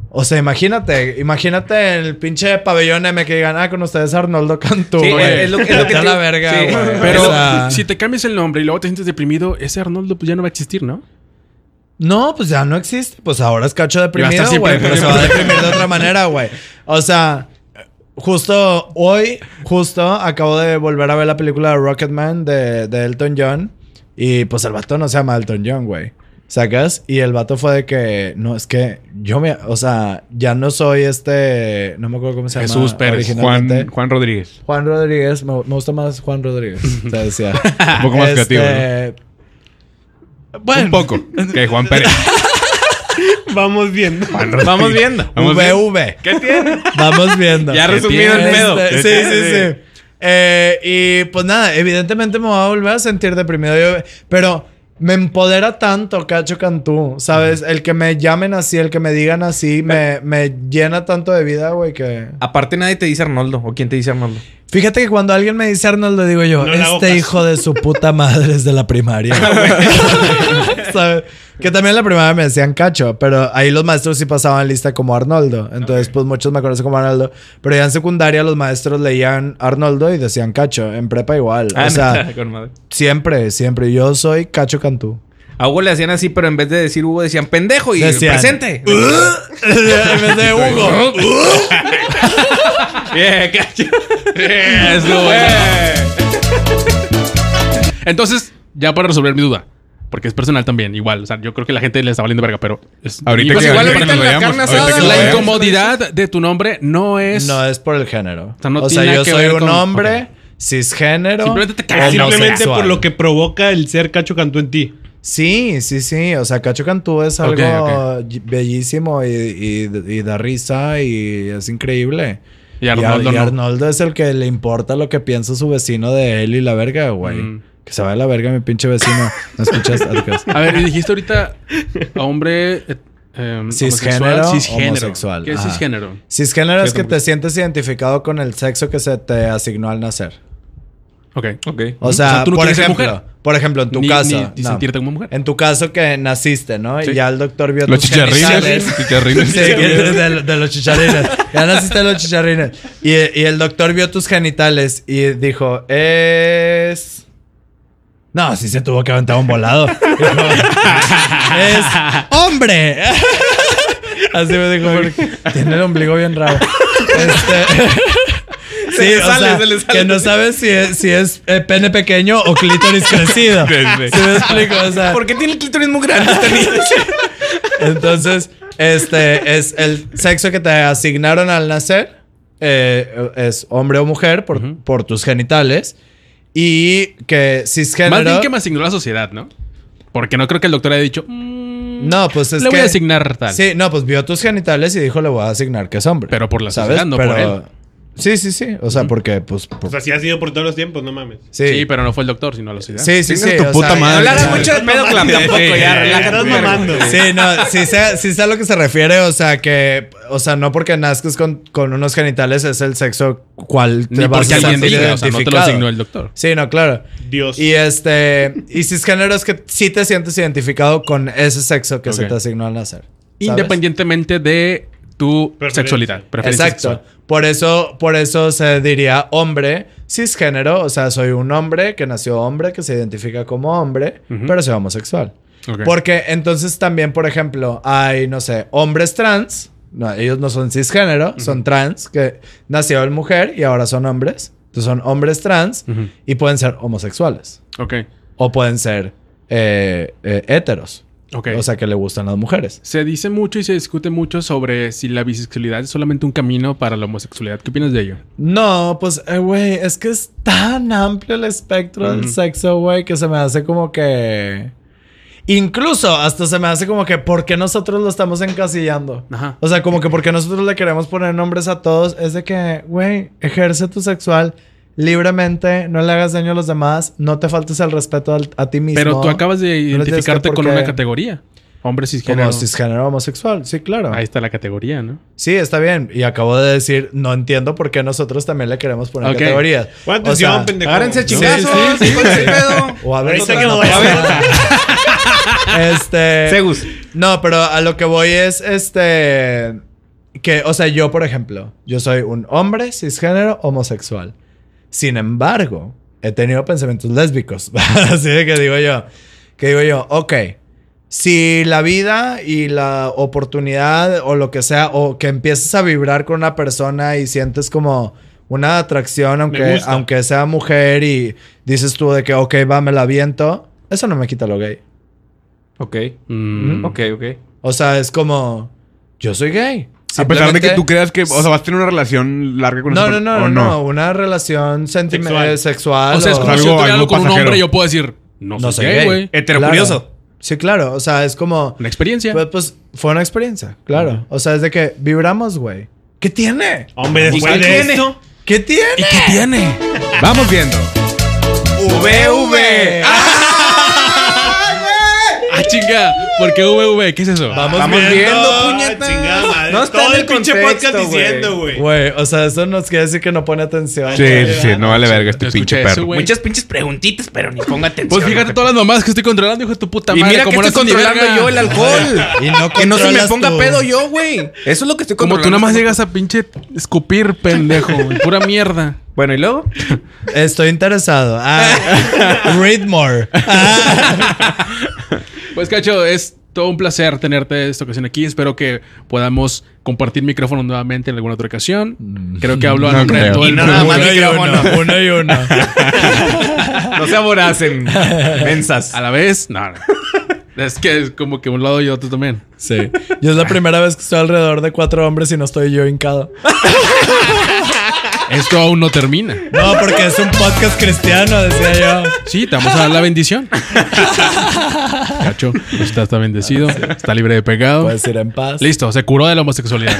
C: O sea, imagínate, imagínate el pinche pabellón M que digan, ah, con ustedes Arnoldo Cantú,
D: Sí,
C: güey.
D: es lo- es lo que
C: Vete a
D: te-
C: la verga,
D: sí.
C: güey.
A: Pero
C: O sea,
A: si te cambias el nombre y luego te sientes deprimido, ese Arnoldo pues ya no va a existir, ¿no?
C: No, pues ya no existe. Pues ahora es cacho
A: Y va a
C: deprimido,
A: estar
C: güey.
A: siempre
C: Pero se va a deprimir de otra manera, güey. O sea, justo hoy, justo acabo de volver a ver la película de Rocketman de, de Elton John. Y pues el vato no se llama Elton John, güey. ¿Sacas? Y el vato fue de que, no, es que yo me, o sea, ya no soy este, no me acuerdo cómo se llama.
A: Jesús Pérez,
C: Ah, originalmente.
B: Juan, Juan Rodríguez.
C: Juan Rodríguez, me, me gusta más Juan Rodríguez. Te decía. Este,
B: Un poco más creativo. ¿no?
C: Bueno,
B: Un poco. Que Juan Pérez.
E: Vamos viendo.
D: Vamos viendo.
B: Vamos bien.
C: VV.
D: ¿Qué tiene?
C: Vamos viendo.
D: Ya resumido el
C: Este,
D: pedo.
C: sí, sí, sí. Eh, y pues nada, evidentemente me voy a volver a sentir deprimido. Yo- pero me empodera tanto Cacho Cantú, ¿sabes? El que me llamen así, el que me digan así, me, me llena tanto de vida, güey, que...
D: Aparte, nadie te dice Arnoldo. ¿O quién te dice Arnoldo?
C: Fíjate que cuando alguien me dice Arnoldo, digo yo,
E: No le hago
C: este
E: caso". Ah,
C: hijo de su puta madre es de la primaria. ¿Sabes? Que también en la primaria me decían cacho, pero ahí los maestros sí pasaban lista como Arnoldo. Entonces, pues muchos me conocen como Arnoldo. Pero ya en secundaria los maestros leían Arnoldo y
E: Ah,
C: decían cacho. En prepa igual. o sea,
D: Ah, con madre.
C: siempre, siempre. Yo soy Cacho Cantú.
D: A Hugo le hacían así, pero en vez de decir Hugo decían pendejo y
C: Decían,
D: presente.
C: en vez de Hugo.
D: Bien, cacho.
A: Entonces, ya para resolver mi duda, porque es personal también, igual. O sea, yo creo que la gente le está valiendo verga, pero. es-
B: Ahorita
A: Pues
B: que-
A: igual
B: ahorita
A: ahorita
B: que nos
A: la,
D: la
B: vayamos,
D: carne
B: ahorita
D: asada,
B: que nos
A: la
D: vayamos.
A: incomodidad de tu nombre no es.
C: No es por el género.
A: sea, no
C: o sea,
A: tiene
C: yo
A: que
C: soy
A: ver
C: un
A: con-
C: hombre
A: ok.
C: cisgénero.
A: Simplemente te cagas.
E: Simplemente
C: homosexual.
E: por lo que provoca el ser Cacho Cantú en ti.
C: Sí, sí, sí. O sea, Cacho Cantú es algo
A: Ok,
C: y- bellísimo y, y- y da risa y es increíble.
A: Y Arnoldo
C: y
A: no.
C: Arnoldo es el que le importa lo que piensa su vecino de él y la verga, güey.
A: Mm.
C: Que se vaya a la verga mi pinche vecino. ¿No escuchas? Ah, te quedas.
A: A ver, y dijiste ahorita a hombre. eh, em,
C: Cisgénero,
A: homosexual, cisgénero.
C: homosexual,
A: ¿Qué es
C: ajá.
A: cisgénero?
C: Cisgénero es que
A: Fíjate,
C: te sientes identificado con el sexo que se te asignó al nacer.
A: Ok.
D: Ok.
C: O sea,
A: Mm. O sea, tú no
C: por
A: quieres ser
C: ejemplo,
A: mujer.
C: por ejemplo, en tu
A: Ni-
C: caso,
A: ni
C: no.
A: sentirte como mujer.
C: en tu caso que naciste, ¿no?
A: Sí.
C: Y ya el doctor vio
B: Los
C: tus
B: chicharrines.
C: genitales.
B: chicharrines.
C: Sí, que- de, de los chicharrines. Ya naciste de los chicharrines. Y, y el doctor vio tus genitales y dijo, es... No, sí se tuvo que aventar un volado. es hombre. Así me dijo, porque tiene el ombligo bien raro. Este...
D: Se
C: Sí,
D: le
C: o
D: sale,
C: sea,
D: se le sale.
C: que no sabes si es, si es eh, pene pequeño o clítoris crecido. ¿Sí me explico? O sea,
D: ¿Por qué tiene el clítoris muy grande este niño?
C: entonces, este es el sexo que te asignaron al nacer. eh, es hombre o mujer por,
A: Ujú.
C: por tus genitales. Y que
A: Más bien
C: cisgénero.
A: que me asignó la sociedad, ¿no? Porque no creo que el doctor haya dicho. mm,
C: No, pues es
A: le voy
C: que-
A: a asignar tal.
C: Sí, no, pues vio tus genitales y dijo le voy a asignar que es hombre.
A: Pero por la sociedad, no por él.
C: Sí, sí, sí. O sea, porque, pues. por-
E: O sea, si ha sido por todos los tiempos, no mames.
A: Sí. pero no fue el doctor, sino la sociedad.
C: Sí, sí,
B: Chingas
C: sí.
B: tu
C: o
B: puta
C: sea,
B: madre.
D: No le hagas
B: Ay,
D: mucho de pedo, Clam, tampoco. Ya, relájate.
E: Estás
D: un vergo.
E: mamando. güey.
C: Sí, no, sí se, sí sé a lo que se refiere, o sea, que, o sea, no porque nazcas con, con unos genitales es el sexo cual te
A: Ni
C: vas
A: porque
C: a
A: alguien
C: sentir
A: diga, o sea, no te lo
C: identificado.
A: asignó el doctor.
C: Sí, no, claro.
E: Dios.
C: Y este, y cisgénero es que sí te sientes identificado con ese sexo que se
A: Ok.
C: te asignó al nacer. ¿sabes?
A: Independientemente de tu
E: Preferencia.
A: sexualidad. preferencia
C: Exacto.
A: sexual.
C: Por eso, por eso se diría hombre cisgénero, o sea, soy un hombre que nació hombre, que se identifica como hombre,
A: Ujú.
C: pero soy homosexual.
A: Ok.
C: Porque entonces también, por ejemplo, hay, no sé, hombres trans. No, ellos no son cisgénero, son trans, que nacieron mujer y ahora son hombres. Entonces son hombres trans
A: Ujú.
C: y pueden ser homosexuales.
A: Ok.
C: O pueden ser eh, eh, héteros.
A: Ok.
C: O sea, que le gustan las mujeres.
A: se dice mucho y se discute mucho sobre si la bisexualidad es solamente un camino para la homosexualidad. ¿Qué opinas de ello?
C: No, pues, eh, güey, es que es tan amplio el espectro del
A: Ujú.
C: sexo, güey, que se me hace como que... Incluso hasta se me hace como que, ¿por qué nosotros lo estamos encasillando?
A: Ajá.
C: O sea, como que porque nosotros le queremos poner nombres a todos, es de que, güey, ejerce tu sexual libremente, no le hagas daño a los demás, no te faltes el respeto al- a ti mismo.
A: Pero tú acabas de
C: No le tienes que
A: identificarte
C: por
A: con
C: qué-
A: una categoría. Hombre cisgénero.
C: Como cisgénero homosexual, sí, claro.
A: Ahí está la categoría, ¿no?
C: Sí, está bien. Y acabo de decir, no entiendo por qué nosotros también le queremos poner
A: Ok.
C: categorías.
E: Pon atención, pendejo.
D: Agárrense a
E: Sí,
D: chingazos.
E: sí, sí.
D: ¿cuál es el pedo?
C: O a ver,
E: Ahorita que lo
C: a
E: vayas
C: ver.
E: a-
C: Este.
D: Segus.
C: No, pero a lo que voy es este. Que, o sea, yo, por ejemplo, yo soy un hombre cisgénero homosexual. Sin embargo, he tenido pensamientos lésbicos. Así de que digo yo. Que digo yo, ok. Si la vida y la oportunidad o lo que sea, o que empiezas a vibrar con una persona y sientes como una atracción, aunque,
E: gusta.
C: aunque sea mujer, y dices tú de que, ok, va, me la viento, eso no me quita lo gay.
D: Ok.
A: Mm.
D: Ok, ok.
C: O sea, es como, yo soy gay.
B: A pesar de
C: Simplemente-
B: que tú creas que, o sea, vas a tener una relación larga con
C: No,
B: esa
C: no, no,
B: per-
C: no, no,
B: o
C: una relación sentimental
E: Sexual.
C: sexual.
A: O sea, es
C: o-
A: como si
B: Algo-
A: yo tuviera algo
B: algo
A: con un
B: pasajero.
A: hombre y yo puedo decir, no,
C: No
A: soy
C: soy
A: gay,
C: gay.
A: güey.
D: Heterocurioso.
C: Sí, claro. O sea, es como.
A: Una experiencia.
C: Pues, pues, fue una experiencia, claro. O sea, es de que vibramos, güey. ¿Qué tiene?
E: Hombre, después
A: ¿Y qué
E: de
A: tiene?
E: esto.
C: ¿Qué tiene?
A: ¿Y qué tiene?
B: Vamos viendo.
C: VV.
A: ¡Ah, chinga! ¿Por qué VV? ¿Qué es eso?
C: Vamos,
D: Vamos
C: Pues viendo.
D: viendo, puñeta.
E: ah, Chingada madre.
D: No está
E: Todo
D: en
E: el
D: el
E: pinche
D: contexto,
E: podcast
D: güey.
E: diciendo, güey.
C: Güey, o sea, eso nos quiere decir que no pone atención.
B: Sí, sí, sí, no vale verga
A: Yo
B: este
A: escuché
B: pinche
A: eso,
B: perro.
A: güey.
D: Muchas pinches preguntitas, pero ni ponga atención.
A: Pues fíjate todas las mamás que estoy controlando, hijo de tu puta
D: Y
A: madre.
D: mira que
A: como
D: estoy
A: no haces ni
D: controlando
A: verga.
D: yo el alcohol.
C: Y no
D: que no se me
C: controlas
D: ponga
C: tú.
D: pedo yo, güey. Eso es lo que estoy
A: Como
D: controlando.
A: tú nada más llegas a pinche escupir, pendejo. güey. Pura mierda.
D: Bueno, ¿y luego?
C: Estoy interesado. Ah, read more. Ah.
A: Pues Cacho, es todo un placer tenerte esta ocasión aquí. Espero que podamos compartir micrófono nuevamente en alguna otra ocasión. Creo que hablo a
B: No
A: nombre de
B: creo.
A: todo
D: Y
A: el
D: no
A: mundo.
D: nada más
C: uno y uno.
D: micrófono.
C: Uno y uno.
D: No se aboracen. Mensas.
A: A la vez, no. no. Es que es como que un lado y otro también.
C: Sí. Yo es la primera vez que estoy alrededor de cuatro hombres y no estoy yo hincado.
A: Esto aún no termina.
C: No, porque es un podcast cristiano, decía yo.
A: Sí, te vamos a dar la bendición. Cacho, está, está bendecido, está libre de pecado.
C: Puedes ir en paz.
A: Listo, se curó de la homosexualidad.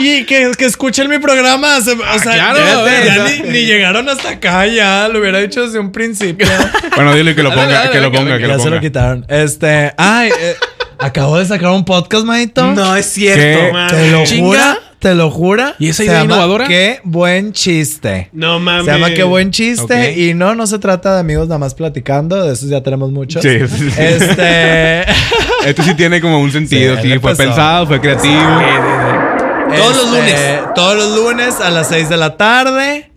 C: Y, y que, que escuchen mi programa. se- o sea,
A: Ah, claro,
C: ya-
A: güey,
C: ya
A: o
C: ni,
A: sea.
C: ni llegaron hasta acá, ya. Lo hubiera dicho desde un principio.
B: Bueno, dile que lo
A: Dale,
B: ponga,
A: dale,
B: que lo
A: venga,
B: ponga, que
C: ya
B: lo
C: se lo
B: ponga.
C: quitaron. Este. Ay, eh, acabo de sacar un podcast, manito.
D: es
B: ¿Qué?
E: mames.
C: Te lo
A: Chinga.
C: jura, te lo jura.
A: ¿Y esa
C: Se
A: idea
C: llama
A: innovadora?
C: Qué buen chiste.
E: No mames.
C: Se llama Qué buen chiste.
D: Ok.
C: Y no, no se trata de amigos nada más platicando. De esos ya tenemos muchos.
B: Sí, sí, sí.
C: Este.
B: Esto sí tiene como un sentido.
C: Sí,
B: Sí,
C: él
B: fue
C: empezó.
B: pensado, fue creativo.
C: Todos los lunes. este, Todos los lunes a las 6 de la tarde.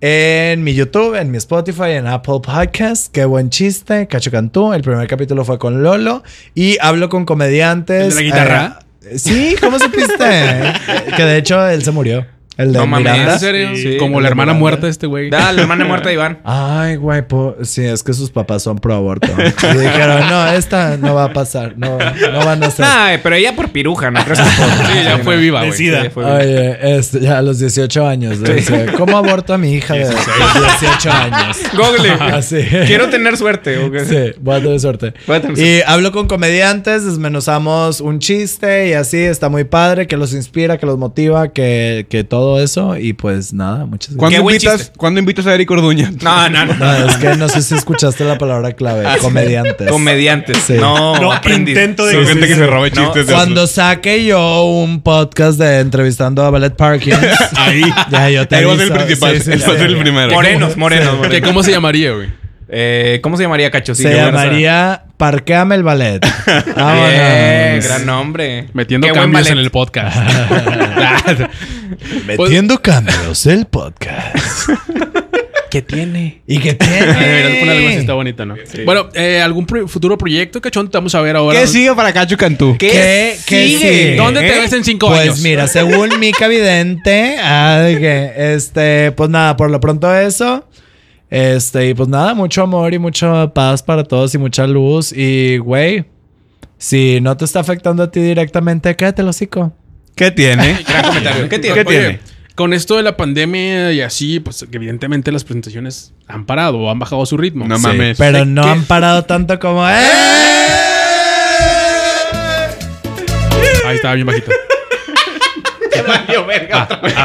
C: En mi YouTube, en mi Spotify, en Apple Podcast. Qué buen chiste. Cacho Cantú. El primer capítulo fue con Lolo. Y hablo con comediantes.
A: ¿El de la guitarra?
C: eh, sí, ¿cómo supiste? que de hecho él se murió. El de
D: No mames.
C: Miranda.
A: ¿En serio?
E: Sí.
A: Como la hermana muerta de este güey.
D: Da, la hermana muerta de Iván.
C: Ay, güey, po- sí, es que sus papás son pro aborto. Y dijeron, no, esta no va a pasar, no, no van a ser.
D: Nah, pero ella por piruja, ¿no? Creo que es por-
A: Sí, ya fue viva,
E: De
A: güey.
E: sida.
D: Sí, fue pues bien.
C: Oye, este, ya a los 18 años. dice, ¿Cómo aborto a mi hija de 18 años?
D: Google.
C: Ah, sí.
D: Quiero tener suerte. ¿o qué?
C: Sí, voy a tener suerte.
D: Voy a tener
C: Y hablo con comediantes, desmenuzamos un chiste y así, está muy padre, que los inspira, que los motiva, que, que todo eso. Y pues nada, muchas gracias.
B: ¿Cuándo
D: Qué buen
B: invitas,
D: chiste.
B: ¿Cuándo invitas a Eric Orduña?
D: No, no, no.
C: No, es que no sé si escuchaste la palabra clave,
D: Ah,
C: comediantes.
D: Comediantes.
C: Sí.
D: No,
E: No,
D: aprendí.
E: intento de
B: Son gente que se roba
D: No,
B: chistes de
C: Cuando
B: otros.
C: saque yo un podcast de entrevistando a Ballet Parkins.
B: Ahí.
C: ya yo te
B: Ahí va a ser el
C: aviso.
B: principal.
C: Sí, sí,
B: él va a
C: sí.
B: ser el primero.
D: Morenos, morenos.
A: ¿Qué,
D: morenos.
A: ¿Cómo se llamaría, güey?
D: Eh, ¿Cómo se llamaría Cacho? Sí,
C: Se
D: qué buena
C: llamaría Parqueame el Ballet.
D: esa.
C: Vámonos.
D: Bien, gran nombre.
A: Metiendo
D: Qué buen
A: cambios en
D: ballet.
A: el podcast.
C: Metiendo cambios el podcast.
A: ¿Qué tiene?
C: ¿Y qué
D: Eh,
A: De verdad, con algo así
C: tiene?
A: está bonito, ¿no? Bueno, eh, ¿algún pro- futuro proyecto, cachón? Te vamos a ver ahora.
B: ¿Qué sigue para Cacho Cantú?
C: ¿Qué- qué sigue?
A: ¿Dónde te
D: ¿Eh?
A: ves en cinco
C: Pues
A: años?
C: mira, según Mica Vidente, ah, de que, este, pues nada, por lo pronto eso. Este, y pues nada, mucho amor y mucha paz para todos y mucha luz. Y güey, si no te está afectando a ti directamente, quédate el hocico.
B: ¿Qué tiene?
D: Gran comentario. ¿Qué tiene?
B: ¿Qué
A: Oye,
B: tiene?
A: Con esto de la pandemia y así, pues evidentemente las presentaciones han parado o han bajado su ritmo.
B: No mames.
C: Pero
A: ¿De
C: no
A: qué?
C: han parado tanto como. ¡Eh!
A: Ahí estaba bien bajito.
B: Ah,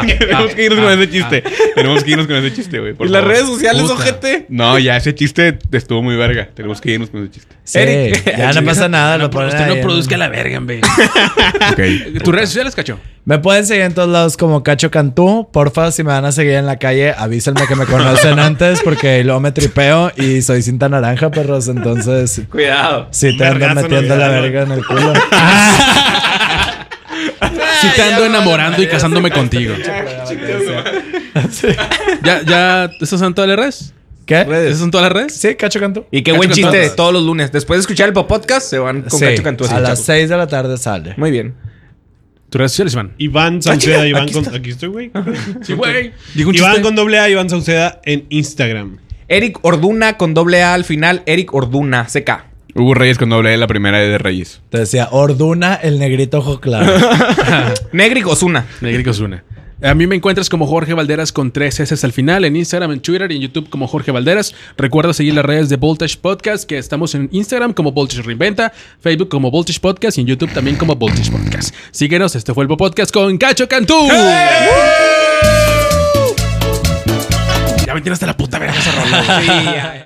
B: Tenemos que irnos con ese chiste. Tenemos que irnos con ese chiste, güey. por
D: ¿Y las
B: favor.
D: redes sociales,
A: Puta.
D: ojete?
B: No, ya ese chiste estuvo muy verga. Tenemos que irnos con ese chiste.
C: Sí,
D: Eric.
C: ya no pasa nada, lo ponen
A: Usted
C: ahí
A: no
C: en-
A: produzca la verga, güey.
B: Ok.
A: ¿Tus redes sociales, cacho?
C: Me pueden seguir en todos lados como Cacho Cantú. Porfa, si me van a seguir en la calle, avísenme que me conocen antes porque luego me tripeo y soy cinta naranja, perros. Entonces,
D: Cuidado.
C: si te andan
E: Vergazo en
C: metiendo
E: el
C: la
E: ano.
C: verga en el culo.
A: Si
D: Ah,
A: te ando enamorando y casándome contigo. ¿Ya, ya, esas son todas las redes?
C: ¿Qué?
A: ¿Esas son todas las redes?
C: Sí, Cacho Cantú.
D: Y qué
A: Cacho
D: buen
A: con
D: chiste
A: todas.
D: todos los lunes. Después de escuchar el podcast, se van con
C: Sí,
D: Cacho Cantú. así,
C: a las
D: chavos.
C: 6 de la tarde sale.
D: Muy bien.
A: ¿Tus redes sociales, Iván?
E: Iván Sauceda, Iván con. Aquí estoy, güey.
A: Sí, güey. Digo un
E: Iván
A: chiste.
E: con doble A, Iván Sauceda en Instagram.
D: Eric Orduna con doble A al final. Eric Orduna, CK.
B: Hugo Reyes cuando hablé de la primera de Reyes.
C: Te decía, Orduna el negrito ojo claro.
D: Negric Osuna.
A: Negrico Zuna. A mí me encuentras como Jorge Valderas con tres S al final, en Instagram, en Twitter y en YouTube como Jorge Valderas. Recuerda seguir las redes de Voltage Podcast, que estamos en Instagram como Voltage Reinventa, Facebook como Voltage Podcast y en YouTube también como Voltage Podcast. Síguenos, este fue el Podcast con Cacho Cantú. Ya me tiraste la puta verga esa rola.
D: Sí, ay.